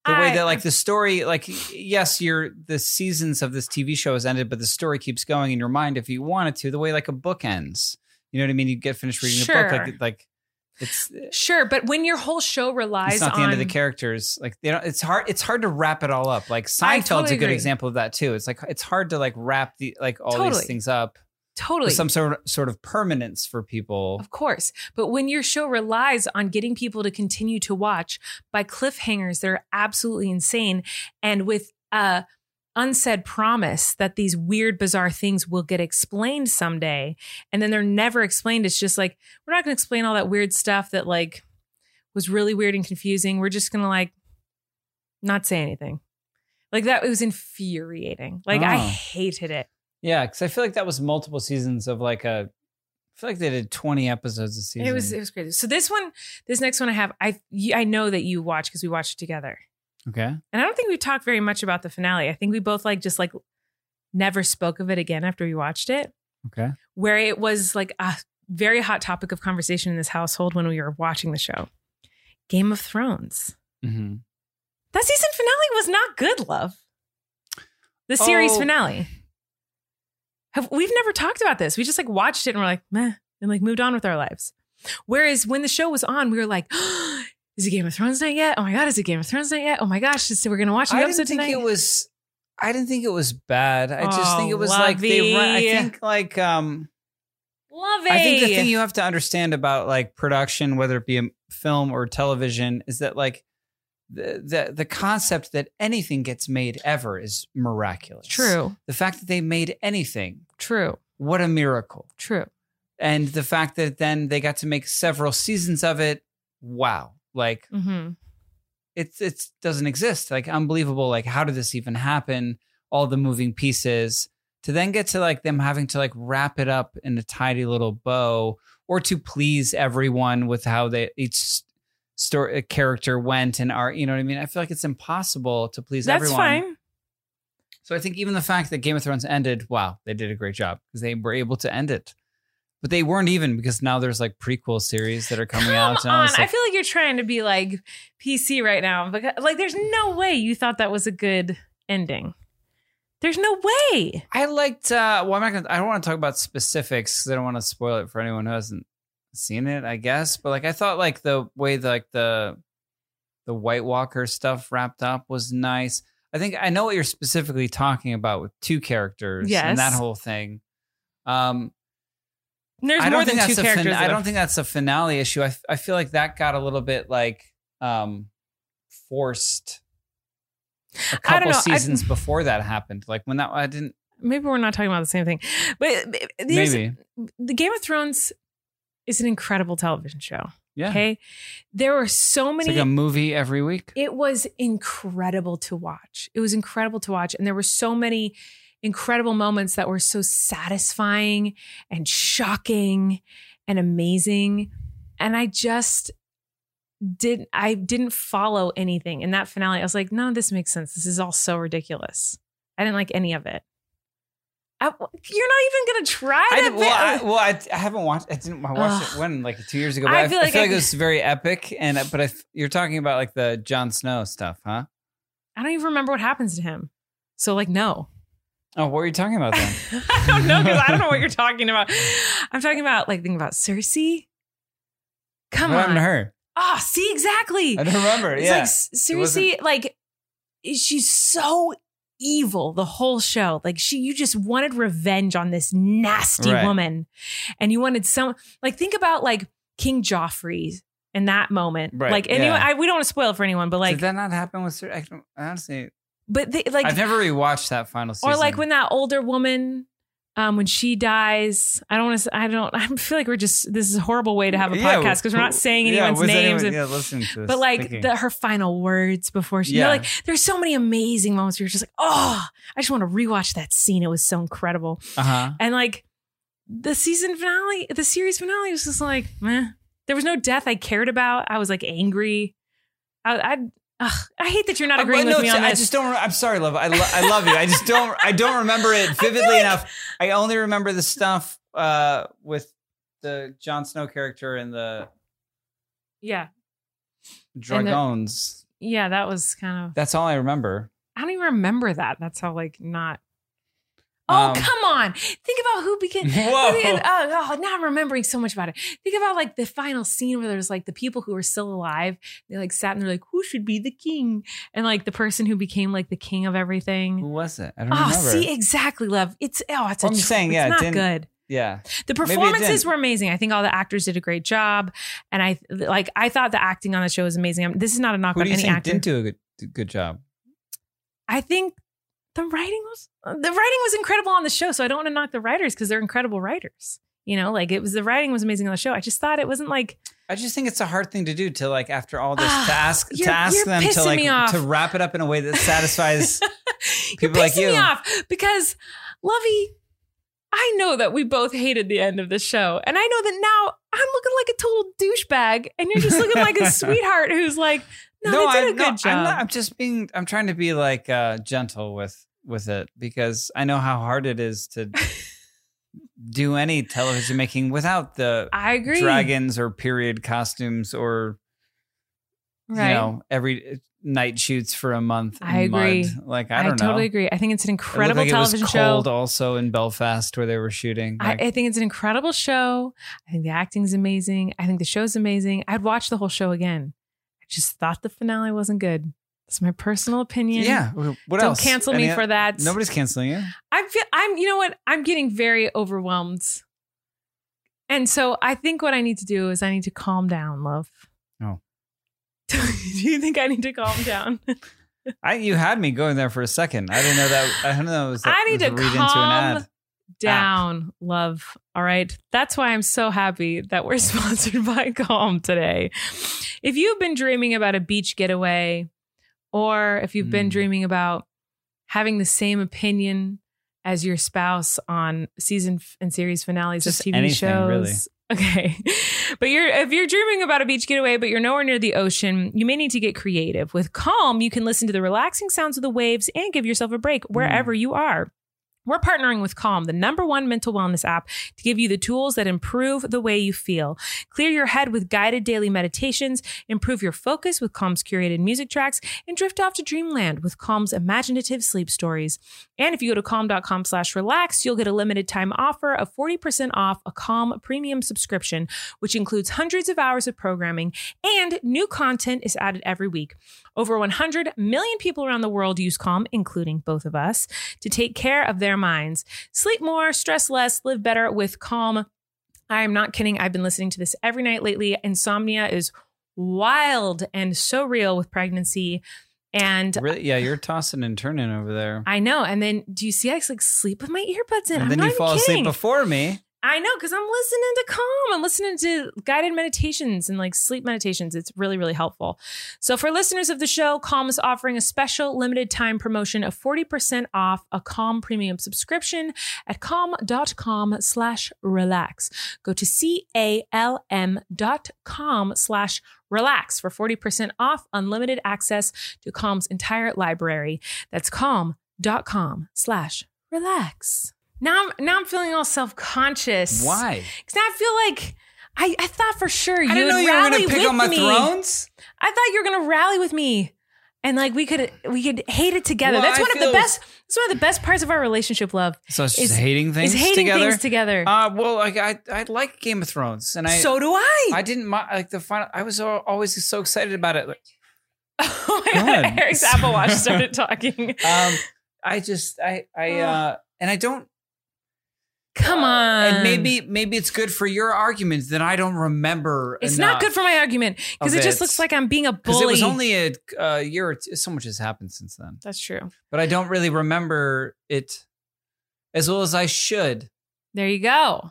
[SPEAKER 3] the way
[SPEAKER 2] I-
[SPEAKER 3] that like the story, like yes, your the seasons of this TV show has ended, but the story keeps going in your mind if you wanted to. The way like a book ends, you know what I mean? You get finished reading the book,
[SPEAKER 2] Sure.
[SPEAKER 3] like like it's
[SPEAKER 2] sure but when your whole show relies
[SPEAKER 3] it's not the
[SPEAKER 2] on
[SPEAKER 3] end of the characters. Like they don't. It's hard. It's hard to wrap it all up. Like
[SPEAKER 2] I
[SPEAKER 3] Seinfeld's
[SPEAKER 2] totally
[SPEAKER 3] a good
[SPEAKER 2] agree.
[SPEAKER 3] example of that too. It's like it's hard to like wrap the like all
[SPEAKER 2] Totally.
[SPEAKER 3] these things up
[SPEAKER 2] totally
[SPEAKER 3] with some sort of, sort of permanence for people.
[SPEAKER 2] Of course. But when your show relies on getting people to continue to watch by cliffhangers that are absolutely insane and with a unsaid promise that these weird, bizarre things will get explained someday, and then they're never explained, it's just like, we're not going to explain all that weird stuff that like was really weird and confusing. We're just going to like not say anything. Like that, it was infuriating. Like I
[SPEAKER 3] Oh.
[SPEAKER 2] hated it.
[SPEAKER 3] Yeah, because I feel like that was multiple seasons of like a. I feel like they did twenty episodes a season.
[SPEAKER 2] It was it was crazy. So this one, this next one I have, I you- I know that you watch because we watched it together,
[SPEAKER 3] okay.
[SPEAKER 2] and I don't think we talked very much about the finale. I think we both like just like never spoke of it again after we watched it,
[SPEAKER 3] Okay.
[SPEAKER 2] where it was like a very hot topic of conversation in this household when we were watching the show, Game of Thrones.
[SPEAKER 3] Mm-hmm.
[SPEAKER 2] That season finale was not good, love. The series
[SPEAKER 3] Oh.
[SPEAKER 2] finale. Have, we've never talked about this. We just like watched it and we're like, meh, and like moved on with our lives. Whereas when the show was on, we were like, is it Game of Thrones night yet? Oh my god, is it Game of Thrones night yet? Oh my gosh, is- we're gonna watch an
[SPEAKER 3] I
[SPEAKER 2] episode
[SPEAKER 3] didn't think
[SPEAKER 2] tonight.
[SPEAKER 3] it was. I didn't think it was bad. I just
[SPEAKER 2] Oh,
[SPEAKER 3] think it was like they. Run, I
[SPEAKER 2] lovey.
[SPEAKER 3] think like um.
[SPEAKER 2] Love
[SPEAKER 3] I think the thing you have to understand about like production, whether it be a film or television, is that like the the, the concept that anything gets made ever is miraculous.
[SPEAKER 2] true,
[SPEAKER 3] The fact that they made anything,
[SPEAKER 2] true,
[SPEAKER 3] what a miracle!
[SPEAKER 2] true.
[SPEAKER 3] And the fact that then they got to make several seasons of it, wow! Like
[SPEAKER 2] hmm
[SPEAKER 3] it's it's doesn't exist. Like unbelievable. Like how did this even happen? All the moving pieces to then get to like them having to like wrap it up in a tidy little bow or to please everyone with how they each story character went and our you know what I mean? I feel like it's impossible to please
[SPEAKER 2] That's
[SPEAKER 3] everyone.
[SPEAKER 2] fine.
[SPEAKER 3] So I think even the fact that Game of Thrones ended, wow, they did a great job because they were able to end it. But they weren't even because now there's like prequel series that are coming
[SPEAKER 2] Come
[SPEAKER 3] out. And all
[SPEAKER 2] on.
[SPEAKER 3] this
[SPEAKER 2] I
[SPEAKER 3] stuff.
[SPEAKER 2] feel like you're trying to be like PC right now because like there's no way you thought that was a good ending. There's no way.
[SPEAKER 3] I liked. Uh, well, I'm not gonna. I don't want to talk about specifics because I don't want to spoil it for anyone who hasn't seen it. I guess, but like I thought, like the way the, like the the White Walker stuff wrapped up was nice. I think I know what you're specifically talking about with two characters
[SPEAKER 2] Yes.
[SPEAKER 3] and that whole thing. Um,
[SPEAKER 2] There's
[SPEAKER 3] I don't
[SPEAKER 2] more than
[SPEAKER 3] think
[SPEAKER 2] two
[SPEAKER 3] that's a fin-
[SPEAKER 2] characters.
[SPEAKER 3] I don't think that's a finale issue. I, f- I feel like that got a little bit like um forced. A
[SPEAKER 2] I don't
[SPEAKER 3] couple
[SPEAKER 2] know. I-
[SPEAKER 3] seasons before that happened, like when that I didn't
[SPEAKER 2] maybe we're not talking about the same thing. But there's,
[SPEAKER 3] maybe
[SPEAKER 2] the Game of Thrones is an incredible television show.
[SPEAKER 3] yeah.
[SPEAKER 2] Okay. There were so
[SPEAKER 3] It's
[SPEAKER 2] many
[SPEAKER 3] like a movie every week.
[SPEAKER 2] It was incredible to watch. It was incredible to watch. And there were so many incredible moments that were so satisfying and shocking and amazing. And I just didn't I didn't follow anything in that finale. I was like, none of this makes sense. This is all so ridiculous. I didn't like any of it. I- you're not even gonna try
[SPEAKER 3] I
[SPEAKER 2] to
[SPEAKER 3] did, well, I, well I, I haven't watched. I didn't. I watched
[SPEAKER 2] Ugh.
[SPEAKER 3] it when like two years ago.
[SPEAKER 2] I
[SPEAKER 3] But I,
[SPEAKER 2] feel
[SPEAKER 3] I
[SPEAKER 2] like
[SPEAKER 3] feel
[SPEAKER 2] I-
[SPEAKER 3] like it was very epic. And but I, you're talking about like the Jon Snow stuff, huh?
[SPEAKER 2] I don't even remember what happens to him. So like no.
[SPEAKER 3] Oh, what were you talking about then?
[SPEAKER 2] I don't know because I don't know what you're talking about. I'm talking about like thinking about Cersei. Come
[SPEAKER 3] what happened to
[SPEAKER 2] on.
[SPEAKER 3] her?
[SPEAKER 2] Ah, see exactly.
[SPEAKER 3] I don't remember.
[SPEAKER 2] It's
[SPEAKER 3] yeah.
[SPEAKER 2] like S- Cersei, like she's so evil the whole show. Like she you just wanted revenge on this nasty
[SPEAKER 3] Right.
[SPEAKER 2] woman. And you wanted some like think about like King Joffrey in that moment.
[SPEAKER 3] Right,
[SPEAKER 2] Like anyway,
[SPEAKER 3] yeah.
[SPEAKER 2] I, we don't want to spoil it for anyone, but like
[SPEAKER 3] did that not happen with? Cer- I don't, honestly,
[SPEAKER 2] but they, like
[SPEAKER 3] I've never rewatched that final season.
[SPEAKER 2] or like when that older woman um when she dies i don't want to i don't i feel like we're just this is a horrible way to have a
[SPEAKER 3] Yeah,
[SPEAKER 2] podcast because we're not saying
[SPEAKER 3] yeah,
[SPEAKER 2] anyone's
[SPEAKER 3] was
[SPEAKER 2] names
[SPEAKER 3] anyone-
[SPEAKER 2] and-
[SPEAKER 3] yeah, listen to this.
[SPEAKER 2] but like
[SPEAKER 3] thinking.
[SPEAKER 2] the, her final words before she you know,
[SPEAKER 3] Yeah.
[SPEAKER 2] like there's so many amazing moments where you're just like oh i just want to rewatch that scene it was so incredible
[SPEAKER 3] uh-huh.
[SPEAKER 2] and like the season finale the series finale was just like meh. there was no death i cared about i was like angry i i, ugh, I hate that you're not
[SPEAKER 3] Uh,
[SPEAKER 2] agreeing with
[SPEAKER 3] but no,
[SPEAKER 2] me on
[SPEAKER 3] I
[SPEAKER 2] this
[SPEAKER 3] just don't. re- I'm sorry, love. I, lo- I love you. I just don't. I don't remember it vividly enough. I only remember the stuff uh, with the Jon Snow character and the
[SPEAKER 2] yeah
[SPEAKER 3] dragons.
[SPEAKER 2] yeah that was kind of
[SPEAKER 3] That's all I remember.
[SPEAKER 2] I don't even remember that. That's how like not. Oh
[SPEAKER 3] Um,
[SPEAKER 2] come on! Think about who began.
[SPEAKER 3] Whoa.
[SPEAKER 2] who began- oh, oh, now I'm remembering so much about it. Think about like the final scene where there's like the people who were still alive. They like sat and they're like, "Who should be the king?" And like the person who became like the king of
[SPEAKER 3] Who
[SPEAKER 2] everything.
[SPEAKER 3] was it? I don't
[SPEAKER 2] Oh,
[SPEAKER 3] remember.
[SPEAKER 2] see exactly, love. It's oh, it's. A
[SPEAKER 3] Well, I'm
[SPEAKER 2] tr-
[SPEAKER 3] just saying, yeah, it
[SPEAKER 2] it's not
[SPEAKER 3] didn't-
[SPEAKER 2] good.
[SPEAKER 3] yeah,
[SPEAKER 2] The
[SPEAKER 3] Maybe it
[SPEAKER 2] performances
[SPEAKER 3] didn't.
[SPEAKER 2] were amazing. I think all the actors did a great job, and I like. I thought the acting on the show was amazing. I'm, this is not a knock
[SPEAKER 3] who
[SPEAKER 2] on
[SPEAKER 3] do you
[SPEAKER 2] any
[SPEAKER 3] think
[SPEAKER 2] actor.
[SPEAKER 3] didn't do a good, good job?
[SPEAKER 2] I think the writing was the writing was incredible on the show. So I don't want to knock the writers because they're incredible writers. You know, like it was the writing was amazing on the show. I just thought it wasn't like
[SPEAKER 3] I just think it's a hard thing to do to like after all this
[SPEAKER 2] Ah,
[SPEAKER 3] to ask to
[SPEAKER 2] you're-
[SPEAKER 3] ask
[SPEAKER 2] you're
[SPEAKER 3] them to
[SPEAKER 2] pissing
[SPEAKER 3] like
[SPEAKER 2] me off.
[SPEAKER 3] to wrap it up in a way that satisfies.
[SPEAKER 2] you're
[SPEAKER 3] People like
[SPEAKER 2] pissing me
[SPEAKER 3] you.
[SPEAKER 2] off because Lovey, I know that we both hated the end of the show, and I know that now I'm looking like a total douchebag, and you're just looking like a sweetheart who's like, no, they did a
[SPEAKER 3] I'm-
[SPEAKER 2] good
[SPEAKER 3] no,
[SPEAKER 2] job.
[SPEAKER 3] I'm, not, I'm just being. I'm trying to be like uh, gentle with with it because I know how hard it is to do any television making without the
[SPEAKER 2] I agree.
[SPEAKER 3] dragons or period costumes or
[SPEAKER 2] right?
[SPEAKER 3] you know every uh, night shoots for a month. In
[SPEAKER 2] I agree.
[SPEAKER 3] Mud. Like I don't know.
[SPEAKER 2] totally agree. I think it's an
[SPEAKER 3] It looked
[SPEAKER 2] incredible
[SPEAKER 3] like
[SPEAKER 2] television
[SPEAKER 3] it was
[SPEAKER 2] show.
[SPEAKER 3] cold also in Belfast where they were shooting.
[SPEAKER 2] I,
[SPEAKER 3] Like,
[SPEAKER 2] I think it's an incredible show. I think the acting's amazing. I think the show's amazing. I'd watch the whole show again. I just thought the finale wasn't good. That's my personal opinion.
[SPEAKER 3] yeah. What
[SPEAKER 2] Don't
[SPEAKER 3] else?
[SPEAKER 2] cancel
[SPEAKER 3] Any-
[SPEAKER 2] me for that.
[SPEAKER 3] Nobody's canceling you.
[SPEAKER 2] I'm fe- I'm you know what? I'm getting very overwhelmed. And so I think what I need to do is I need to calm down, love.
[SPEAKER 3] Oh.
[SPEAKER 2] do you think I need to calm down?
[SPEAKER 3] I you had me going there for a second. I didn't know that. I didn't know it was. That,
[SPEAKER 2] I need
[SPEAKER 3] was
[SPEAKER 2] to
[SPEAKER 3] read into an
[SPEAKER 2] calm
[SPEAKER 3] ad.
[SPEAKER 2] down, love. All right. That's why I'm so happy that we're sponsored by Calm today. If you've been dreaming about a beach getaway, or if you've been
[SPEAKER 3] Mm.
[SPEAKER 2] dreaming about having the same opinion as your spouse on season f- and series finales
[SPEAKER 3] Just
[SPEAKER 2] of TV
[SPEAKER 3] anything,
[SPEAKER 2] shows, Okay. But you're if you're dreaming about a beach getaway but you're nowhere near the ocean, you may need to get creative. With Calm, you can listen to the relaxing sounds of the waves and give yourself a
[SPEAKER 3] Mm.
[SPEAKER 2] break wherever you are. We're partnering with Calm, the number one mental wellness app, to give you the tools that improve the way you feel. Clear your head with guided daily meditations, improve your focus with Calm's curated music tracks, and drift off to dreamland with Calm's imaginative sleep stories. And if you go to calm.com slash relax, you'll get a limited time offer of 40% off a Calm premium subscription, which includes hundreds of hours of programming and new content is added every week. Over 100 million people around the world use Calm, including both of us, to take care of their minds. Sleep more, stress less, live better with Calm. I am not kidding. I've been listening to this every night lately. Insomnia is wild and so real with pregnancy. And
[SPEAKER 3] Really? Yeah, you're tossing and turning over there.
[SPEAKER 2] I know. And then do you see I like sleep with my earbuds in?
[SPEAKER 3] and
[SPEAKER 2] I'm
[SPEAKER 3] then
[SPEAKER 2] not
[SPEAKER 3] you
[SPEAKER 2] even
[SPEAKER 3] fall asleep
[SPEAKER 2] kidding.
[SPEAKER 3] before me.
[SPEAKER 2] I know because I'm listening to calm. I'm listening to guided meditations and like sleep meditations. It's really, really helpful. So for listeners of the show, Calm is offering a special limited time promotion of 40% off a Calm premium subscription at calm.com slash relax. Go to C-A-L-M dot com slash relax for 40% off unlimited access to Calm's entire library. That's calm.com slash relax. Now I'm now I'm feeling all self-conscious.
[SPEAKER 3] Why?
[SPEAKER 2] Because I feel like I, I thought for sure you
[SPEAKER 3] I didn't
[SPEAKER 2] would
[SPEAKER 3] know you were
[SPEAKER 2] rally
[SPEAKER 3] going to pick
[SPEAKER 2] with
[SPEAKER 3] on my
[SPEAKER 2] me.
[SPEAKER 3] thrones.
[SPEAKER 2] I thought you were gonna rally with me, and like we could we could hate it together.
[SPEAKER 3] Well,
[SPEAKER 2] that's
[SPEAKER 3] I
[SPEAKER 2] one of the
[SPEAKER 3] feel-
[SPEAKER 2] best. That's one of the best parts of our relationship. Love
[SPEAKER 3] So it's just
[SPEAKER 2] Is-
[SPEAKER 3] hating things
[SPEAKER 2] is hating
[SPEAKER 3] together.
[SPEAKER 2] things together.
[SPEAKER 3] Uh, well, like I, I like Game of Thrones, and I,
[SPEAKER 2] so do I.
[SPEAKER 3] I didn't mi- like the final. I was al- always so excited about it.
[SPEAKER 2] oh my god,
[SPEAKER 3] God.
[SPEAKER 2] Eric's Apple Watch started talking.
[SPEAKER 3] Um, I just, I, I, uh, and I don't.
[SPEAKER 2] Oh.
[SPEAKER 3] uh,
[SPEAKER 2] Come on.
[SPEAKER 3] And maybe, maybe it's good for your argument that I don't remember.
[SPEAKER 2] it's not good for my argument because
[SPEAKER 3] of
[SPEAKER 2] it just
[SPEAKER 3] it.
[SPEAKER 2] looks like I'm being a
[SPEAKER 3] because
[SPEAKER 2] bully.
[SPEAKER 3] it was only a uh, year. Or two, so much has happened since then,
[SPEAKER 2] that's true.
[SPEAKER 3] but I don't really remember it as well as I should.
[SPEAKER 2] There you go.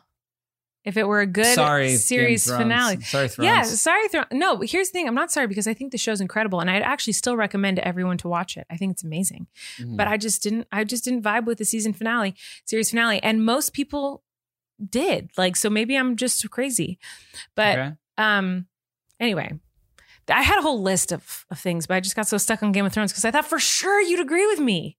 [SPEAKER 2] If it were a good
[SPEAKER 3] sorry, Game of
[SPEAKER 2] series
[SPEAKER 3] Thrones.
[SPEAKER 2] finale,
[SPEAKER 3] Sorry, Thrones.
[SPEAKER 2] Yeah, sorry. Thro- no, but here's the thing. I'm not sorry because I think the show's incredible, and I'd actually still recommend everyone to watch it. I think it's amazing.
[SPEAKER 3] Mhm.
[SPEAKER 2] But I just didn't. I just didn't vibe with the season finale, series finale, and most people did. Like, so maybe I'm just crazy. But
[SPEAKER 3] Okay.
[SPEAKER 2] um, anyway, I had a whole list of, of things, but I just got so stuck on Game of Thrones because I thought for sure you'd agree with me.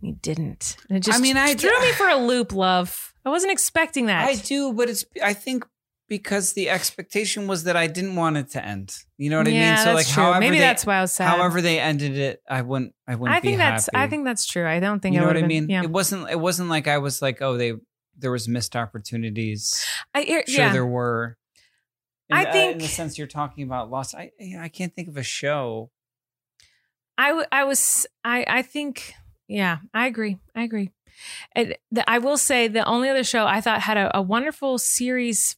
[SPEAKER 2] And you didn't. And it just
[SPEAKER 3] I mean, I
[SPEAKER 2] threw me for a loop, love. I wasn't expecting that.
[SPEAKER 3] I do, but it's I think because the expectation was that I didn't want it to end. You know what I
[SPEAKER 2] yeah,
[SPEAKER 3] mean? So
[SPEAKER 2] that's
[SPEAKER 3] like
[SPEAKER 2] true.
[SPEAKER 3] however
[SPEAKER 2] maybe
[SPEAKER 3] they,
[SPEAKER 2] that's why I was sad.
[SPEAKER 3] however they ended it, I wouldn't I wouldn't
[SPEAKER 2] I think
[SPEAKER 3] be
[SPEAKER 2] that's I
[SPEAKER 3] happy.
[SPEAKER 2] think that's true. I don't think
[SPEAKER 3] you
[SPEAKER 2] I
[SPEAKER 3] know
[SPEAKER 2] would
[SPEAKER 3] what I
[SPEAKER 2] have
[SPEAKER 3] mean?
[SPEAKER 2] Been, yeah,
[SPEAKER 3] It wasn't it wasn't like I was like, oh, they there was missed opportunities.
[SPEAKER 2] I, er,
[SPEAKER 3] Sure
[SPEAKER 2] yeah.
[SPEAKER 3] there were.
[SPEAKER 2] I
[SPEAKER 3] uh, in the
[SPEAKER 2] think-
[SPEAKER 3] sense you're talking about loss, I I can't think of a show.
[SPEAKER 2] I w- I was I I think yeah. I agree. I agree. It, the, I will say the only other show I thought had a, a wonderful series,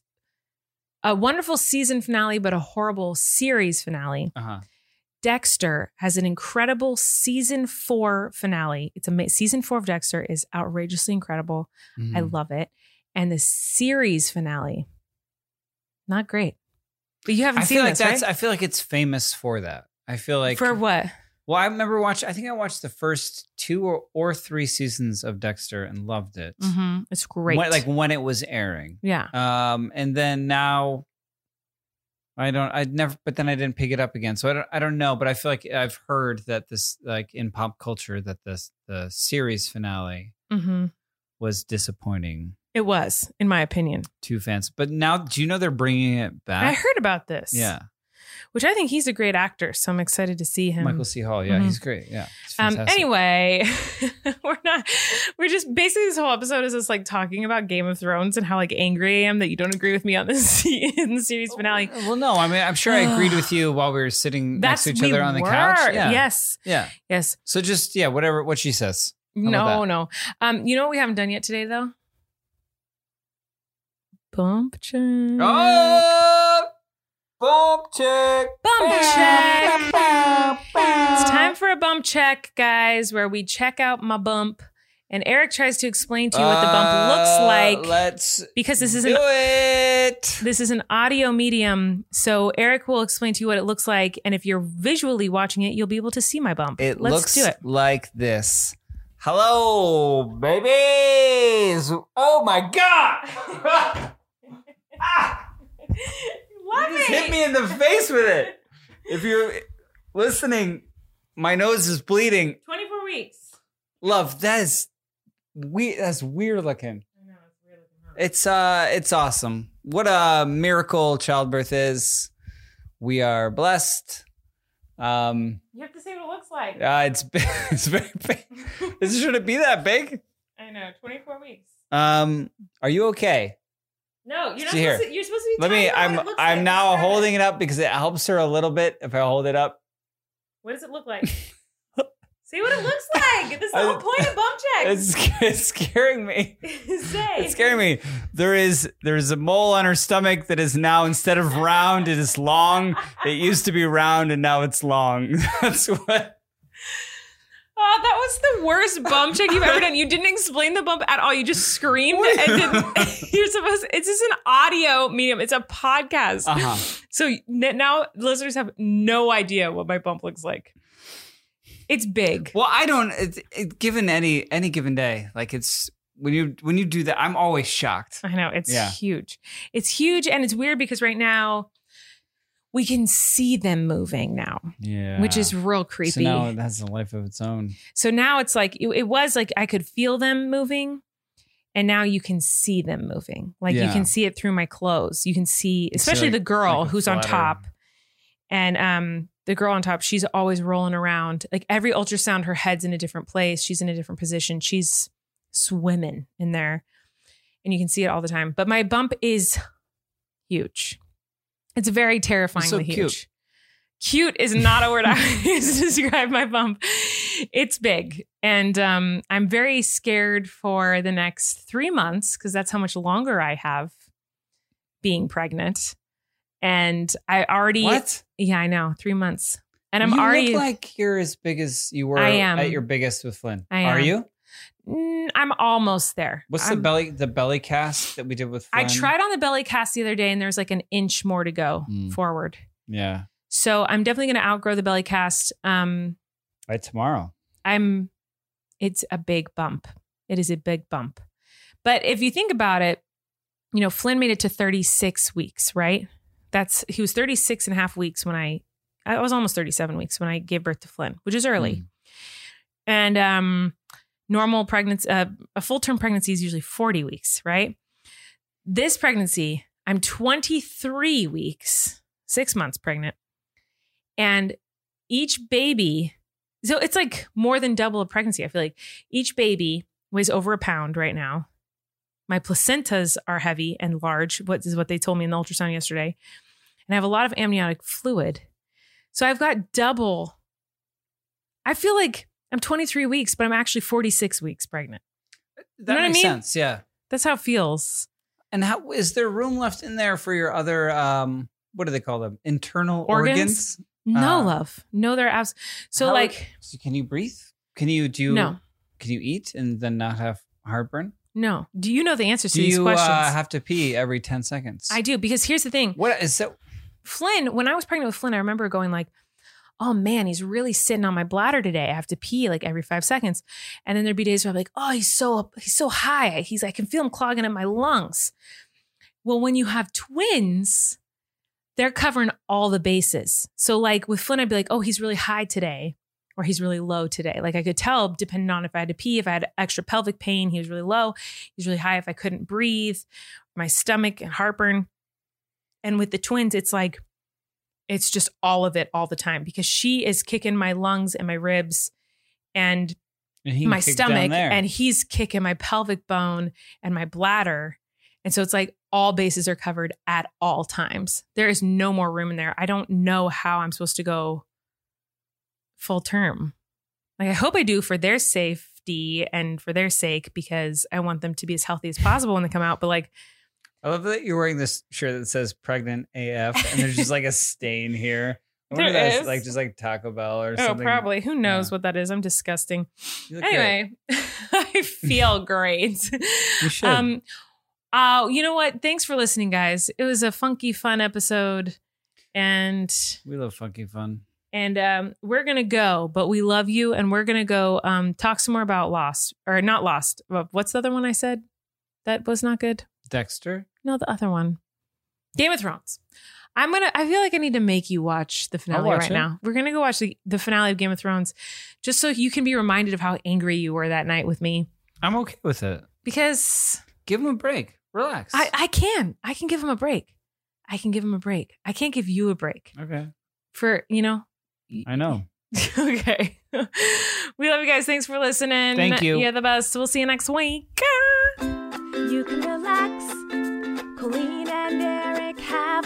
[SPEAKER 2] a wonderful season finale, but a horrible series finale.
[SPEAKER 3] Uh-huh.
[SPEAKER 2] Dexter has an incredible season four finale. It's amazing. Season four of Dexter is outrageously incredible. I
[SPEAKER 3] Mhm.
[SPEAKER 2] love it. And the series finale, not great. But you haven't
[SPEAKER 3] I
[SPEAKER 2] seen
[SPEAKER 3] feel like
[SPEAKER 2] this,
[SPEAKER 3] that's
[SPEAKER 2] right?
[SPEAKER 3] I feel like it's famous for that. I feel like
[SPEAKER 2] for what?
[SPEAKER 3] Well, I remember watching. I think I watched the first two or, or three seasons of Dexter and loved it.
[SPEAKER 2] Mm-hmm. It's great.
[SPEAKER 3] When- like when it was airing.
[SPEAKER 2] yeah,
[SPEAKER 3] Um, and then now, I don't. I'd never. But then I didn't pick it up again. So I don't. I don't know. But I feel like I've heard that this, like in pop culture, that this the series finale
[SPEAKER 2] mm-hmm.
[SPEAKER 3] was disappointing
[SPEAKER 2] it was, in my opinion.
[SPEAKER 3] to fans. But now, do you know they're bringing it back?
[SPEAKER 2] I heard about this.
[SPEAKER 3] Ah. Yeah,
[SPEAKER 2] which I think he's a great actor, so I'm excited to see him.
[SPEAKER 3] Michael C. Hall. Yeah,
[SPEAKER 2] Mhm.
[SPEAKER 3] he's great. Yeah. It's
[SPEAKER 2] um.
[SPEAKER 3] fantastic.
[SPEAKER 2] Anyway, we're not. We're just basically this whole episode is us like talking about Game of Thrones and how like angry I am that you don't agree with me on the se- in the series finale.
[SPEAKER 3] Oh, Well, no. I mean, I'm sure I agreed with you while we were sitting
[SPEAKER 2] That's
[SPEAKER 3] next to each
[SPEAKER 2] we
[SPEAKER 3] other on the
[SPEAKER 2] were.
[SPEAKER 3] couch. Yeah.
[SPEAKER 2] Yes.
[SPEAKER 3] Yeah.
[SPEAKER 2] Yes.
[SPEAKER 3] So just yeah, whatever what she says. about
[SPEAKER 2] No,
[SPEAKER 3] that?
[SPEAKER 2] no. Um, you know what we haven't done yet today though? Bump check.
[SPEAKER 3] Oh, bump check.
[SPEAKER 2] Bump check. It's time for a bump check, guys, where we check out my bump and Eric tries to explain to you what the
[SPEAKER 3] Uh,
[SPEAKER 2] bump looks like
[SPEAKER 3] Let's
[SPEAKER 2] because this is
[SPEAKER 3] do
[SPEAKER 2] an
[SPEAKER 3] it.
[SPEAKER 2] this is an audio medium. So Eric will explain to you what it looks like and if you're visually watching it, you'll be able to see my bump.
[SPEAKER 3] It
[SPEAKER 2] Let's
[SPEAKER 3] looks
[SPEAKER 2] do it.
[SPEAKER 3] like this. Hello, babies. Oh my god. Ah,
[SPEAKER 2] Love
[SPEAKER 5] You just
[SPEAKER 2] it.
[SPEAKER 5] hit me in the face with it. If you're listening, my nose is bleeding.
[SPEAKER 2] 24 weeks.
[SPEAKER 3] Love, that is we that's weird looking.
[SPEAKER 2] I know, it's weird looking, huh?
[SPEAKER 3] It's uh it's awesome. What a miracle childbirth is. We are blessed. Um
[SPEAKER 2] You have to see what it looks like.
[SPEAKER 3] uh, it's it's very big. This shouldn't be that big.
[SPEAKER 2] I know, 24 weeks.
[SPEAKER 3] Um are you okay?
[SPEAKER 2] No, you're not
[SPEAKER 3] See here.
[SPEAKER 2] supposed to, you're supposed to be
[SPEAKER 3] Let me
[SPEAKER 2] talking
[SPEAKER 3] I'm
[SPEAKER 2] about what it looks
[SPEAKER 3] I'm
[SPEAKER 2] like.
[SPEAKER 3] now
[SPEAKER 2] Describe it.
[SPEAKER 3] holding it up because it helps her a little bit if I hold it up.
[SPEAKER 2] What does it look like? See what it looks like. This is the whole point of bump checks.
[SPEAKER 3] It's, it's scaring me.
[SPEAKER 2] Say.
[SPEAKER 3] It's scaring me. There is there is a mole on her stomach that is now instead of round, it is long. It used to be round and now it's long. That's what
[SPEAKER 2] Oh, that was the worst bump check you've ever done. You didn't explain the bump at all. You just screamed and did, you're supposed it's just an audio medium. It's a podcast.
[SPEAKER 3] uh-huh.
[SPEAKER 2] So n- now listeners have no idea what my bump looks like. It's big.
[SPEAKER 3] Well, I don't it, it, given any any given day, like it's when you when you do that, I'm always shocked.
[SPEAKER 2] I know it's
[SPEAKER 3] Yeah.
[SPEAKER 2] huge. It's huge and it's weird because right now we can see them moving now,
[SPEAKER 3] Yeah.
[SPEAKER 2] which is real creepy.
[SPEAKER 3] So now that's a life of its own.
[SPEAKER 2] So now it's like it, it was like I could feel them moving, and now you can see them moving. Like you
[SPEAKER 3] Yeah.
[SPEAKER 2] can see it through my clothes. You can see,
[SPEAKER 3] It's
[SPEAKER 2] especially
[SPEAKER 3] like-
[SPEAKER 2] the girl
[SPEAKER 3] like a
[SPEAKER 2] who's on
[SPEAKER 3] flutter.
[SPEAKER 2] top, and um, the girl on top. She's always rolling around. Like every ultrasound, her head's in a different place. She's in a different position. She's swimming in there, and you can see it all the time. But my bump is huge. It's very terrifyingly
[SPEAKER 3] so
[SPEAKER 2] huge.
[SPEAKER 3] cute.
[SPEAKER 2] Cute is not a word I would use to describe my bump. It's big. And um, I'm very scared for the next three months because that's how much longer I have being pregnant. And I already.
[SPEAKER 3] What?
[SPEAKER 2] Yeah, I know. Three months. And I'm
[SPEAKER 3] you
[SPEAKER 2] already.
[SPEAKER 3] look like you're as big as you were
[SPEAKER 2] I am.
[SPEAKER 3] at your biggest with Flynn.
[SPEAKER 2] I
[SPEAKER 3] Are
[SPEAKER 2] am.
[SPEAKER 3] you?
[SPEAKER 2] Mm, I'm almost there.
[SPEAKER 3] What's
[SPEAKER 2] I'm-
[SPEAKER 3] the belly the belly cast that we did with
[SPEAKER 2] I
[SPEAKER 3] Flynn?
[SPEAKER 2] tried on the belly cast the other day and there's like an inch more to go
[SPEAKER 3] Mm.
[SPEAKER 2] forward.
[SPEAKER 3] Yeah.
[SPEAKER 2] So I'm definitely going to outgrow the belly cast. Um,
[SPEAKER 3] By tomorrow.
[SPEAKER 2] I'm it's a big bump. It is a big bump. But if you think about it, you know, Flynn made it to 36 weeks, right? That's he was 36 and a half weeks when I I was almost 37 weeks when I gave birth to Flynn, which is early.
[SPEAKER 3] Mm.
[SPEAKER 2] And um normal pregnancy uh, a full-term pregnancy is usually 40 weeks, right? This pregnancy, I'm 23 weeks, 6 months pregnant. And each baby so it's like more than double a pregnancy. I feel like each baby weighs over a pound right now. My placentas are heavy and large, what is what they told me in the ultrasound yesterday. And I have a lot of amniotic fluid. So I've got double. I feel like I'm 23 weeks, but I'm actually 46 weeks pregnant.
[SPEAKER 3] That
[SPEAKER 2] know what I
[SPEAKER 3] makes
[SPEAKER 2] mean?
[SPEAKER 3] sense. Yeah.
[SPEAKER 2] That's how it feels.
[SPEAKER 3] And how is there room left in there for your other um what do they call them? Internal
[SPEAKER 2] Organs?
[SPEAKER 3] organs?
[SPEAKER 2] No
[SPEAKER 3] Uh,
[SPEAKER 2] love. No, they're abs. So
[SPEAKER 3] How-
[SPEAKER 2] like,
[SPEAKER 3] so can you breathe? Can you do you,
[SPEAKER 2] no,
[SPEAKER 3] can you eat and then not have heartburn?
[SPEAKER 2] no. Do you know the answers to
[SPEAKER 3] do
[SPEAKER 2] these
[SPEAKER 3] you
[SPEAKER 2] questions?
[SPEAKER 3] uh, have to pee every 10 seconds?
[SPEAKER 2] I do because here's the thing.
[SPEAKER 3] What is that?
[SPEAKER 2] Flynn, when I was pregnant with Flynn, I remember going like, "Oh man, he's really sitting on my bladder today. I have to pee like every five seconds." And then there'd be days where I'm like, "Oh, he's so he's so high. He's I can feel him clogging up my lungs." Well, when you have twins, they're covering all the bases. So like with Flynn, I'd be like, "Oh, he's really high today." Or he's really low today. Like I could tell, depending on if I had to pee, if I had extra pelvic pain, he was really low. He was really high if I couldn't breathe, my stomach and heartburn. And with the twins, it's like it's just all of it all the time because she is kicking my lungs and my ribs and
[SPEAKER 3] And he
[SPEAKER 2] my
[SPEAKER 3] kicked down
[SPEAKER 2] stomach
[SPEAKER 3] there.
[SPEAKER 2] and he's kicking my pelvic bone and my bladder and so it's like all bases are covered at all times there is no more room in there i don't know how i'm supposed to go full term like i hope i do for their safety and for their sake because i want them to be as healthy as possible when they come out but like
[SPEAKER 3] I love that you're wearing this shirt that says pregnant AF and there's just like a stain here. I wonder
[SPEAKER 2] There
[SPEAKER 3] if that's
[SPEAKER 2] is.
[SPEAKER 3] like just like Taco Bell or
[SPEAKER 2] oh
[SPEAKER 3] something.
[SPEAKER 2] probably who knows
[SPEAKER 3] yeah.
[SPEAKER 2] what that is i'm disgusting
[SPEAKER 3] You look great.
[SPEAKER 2] Anyway, I feel great. Um,
[SPEAKER 3] You should.
[SPEAKER 2] uh, you know what? Thanks for listening, guys. It was a funky, fun episode, and
[SPEAKER 3] we love funky fun.
[SPEAKER 2] and um, we're gonna go. But we love you, and we're gonna go um, talk some more about Lost or not Lost. What's the other one I said that was not good?
[SPEAKER 3] Dexter?
[SPEAKER 2] No, the other one. Game of Thrones. I'm gonna. I feel like I need to make you watch the finale
[SPEAKER 3] watch
[SPEAKER 2] right
[SPEAKER 3] it.
[SPEAKER 2] now. We're gonna go watch the, the finale of Game of Thrones, just so you can be reminded of how angry you were that night with me.
[SPEAKER 3] I'm okay with it.
[SPEAKER 2] Because
[SPEAKER 3] Give him a break. Relax.
[SPEAKER 2] I, I can, I can give him a break. I can give him a break. I can't give you a break
[SPEAKER 3] okay.
[SPEAKER 2] for you know.
[SPEAKER 3] I know.
[SPEAKER 2] okay. we love you guys. Thanks for listening.
[SPEAKER 3] Thank you.
[SPEAKER 2] You're the best. We'll see you next week.
[SPEAKER 1] You can relax. Colleen and Eric have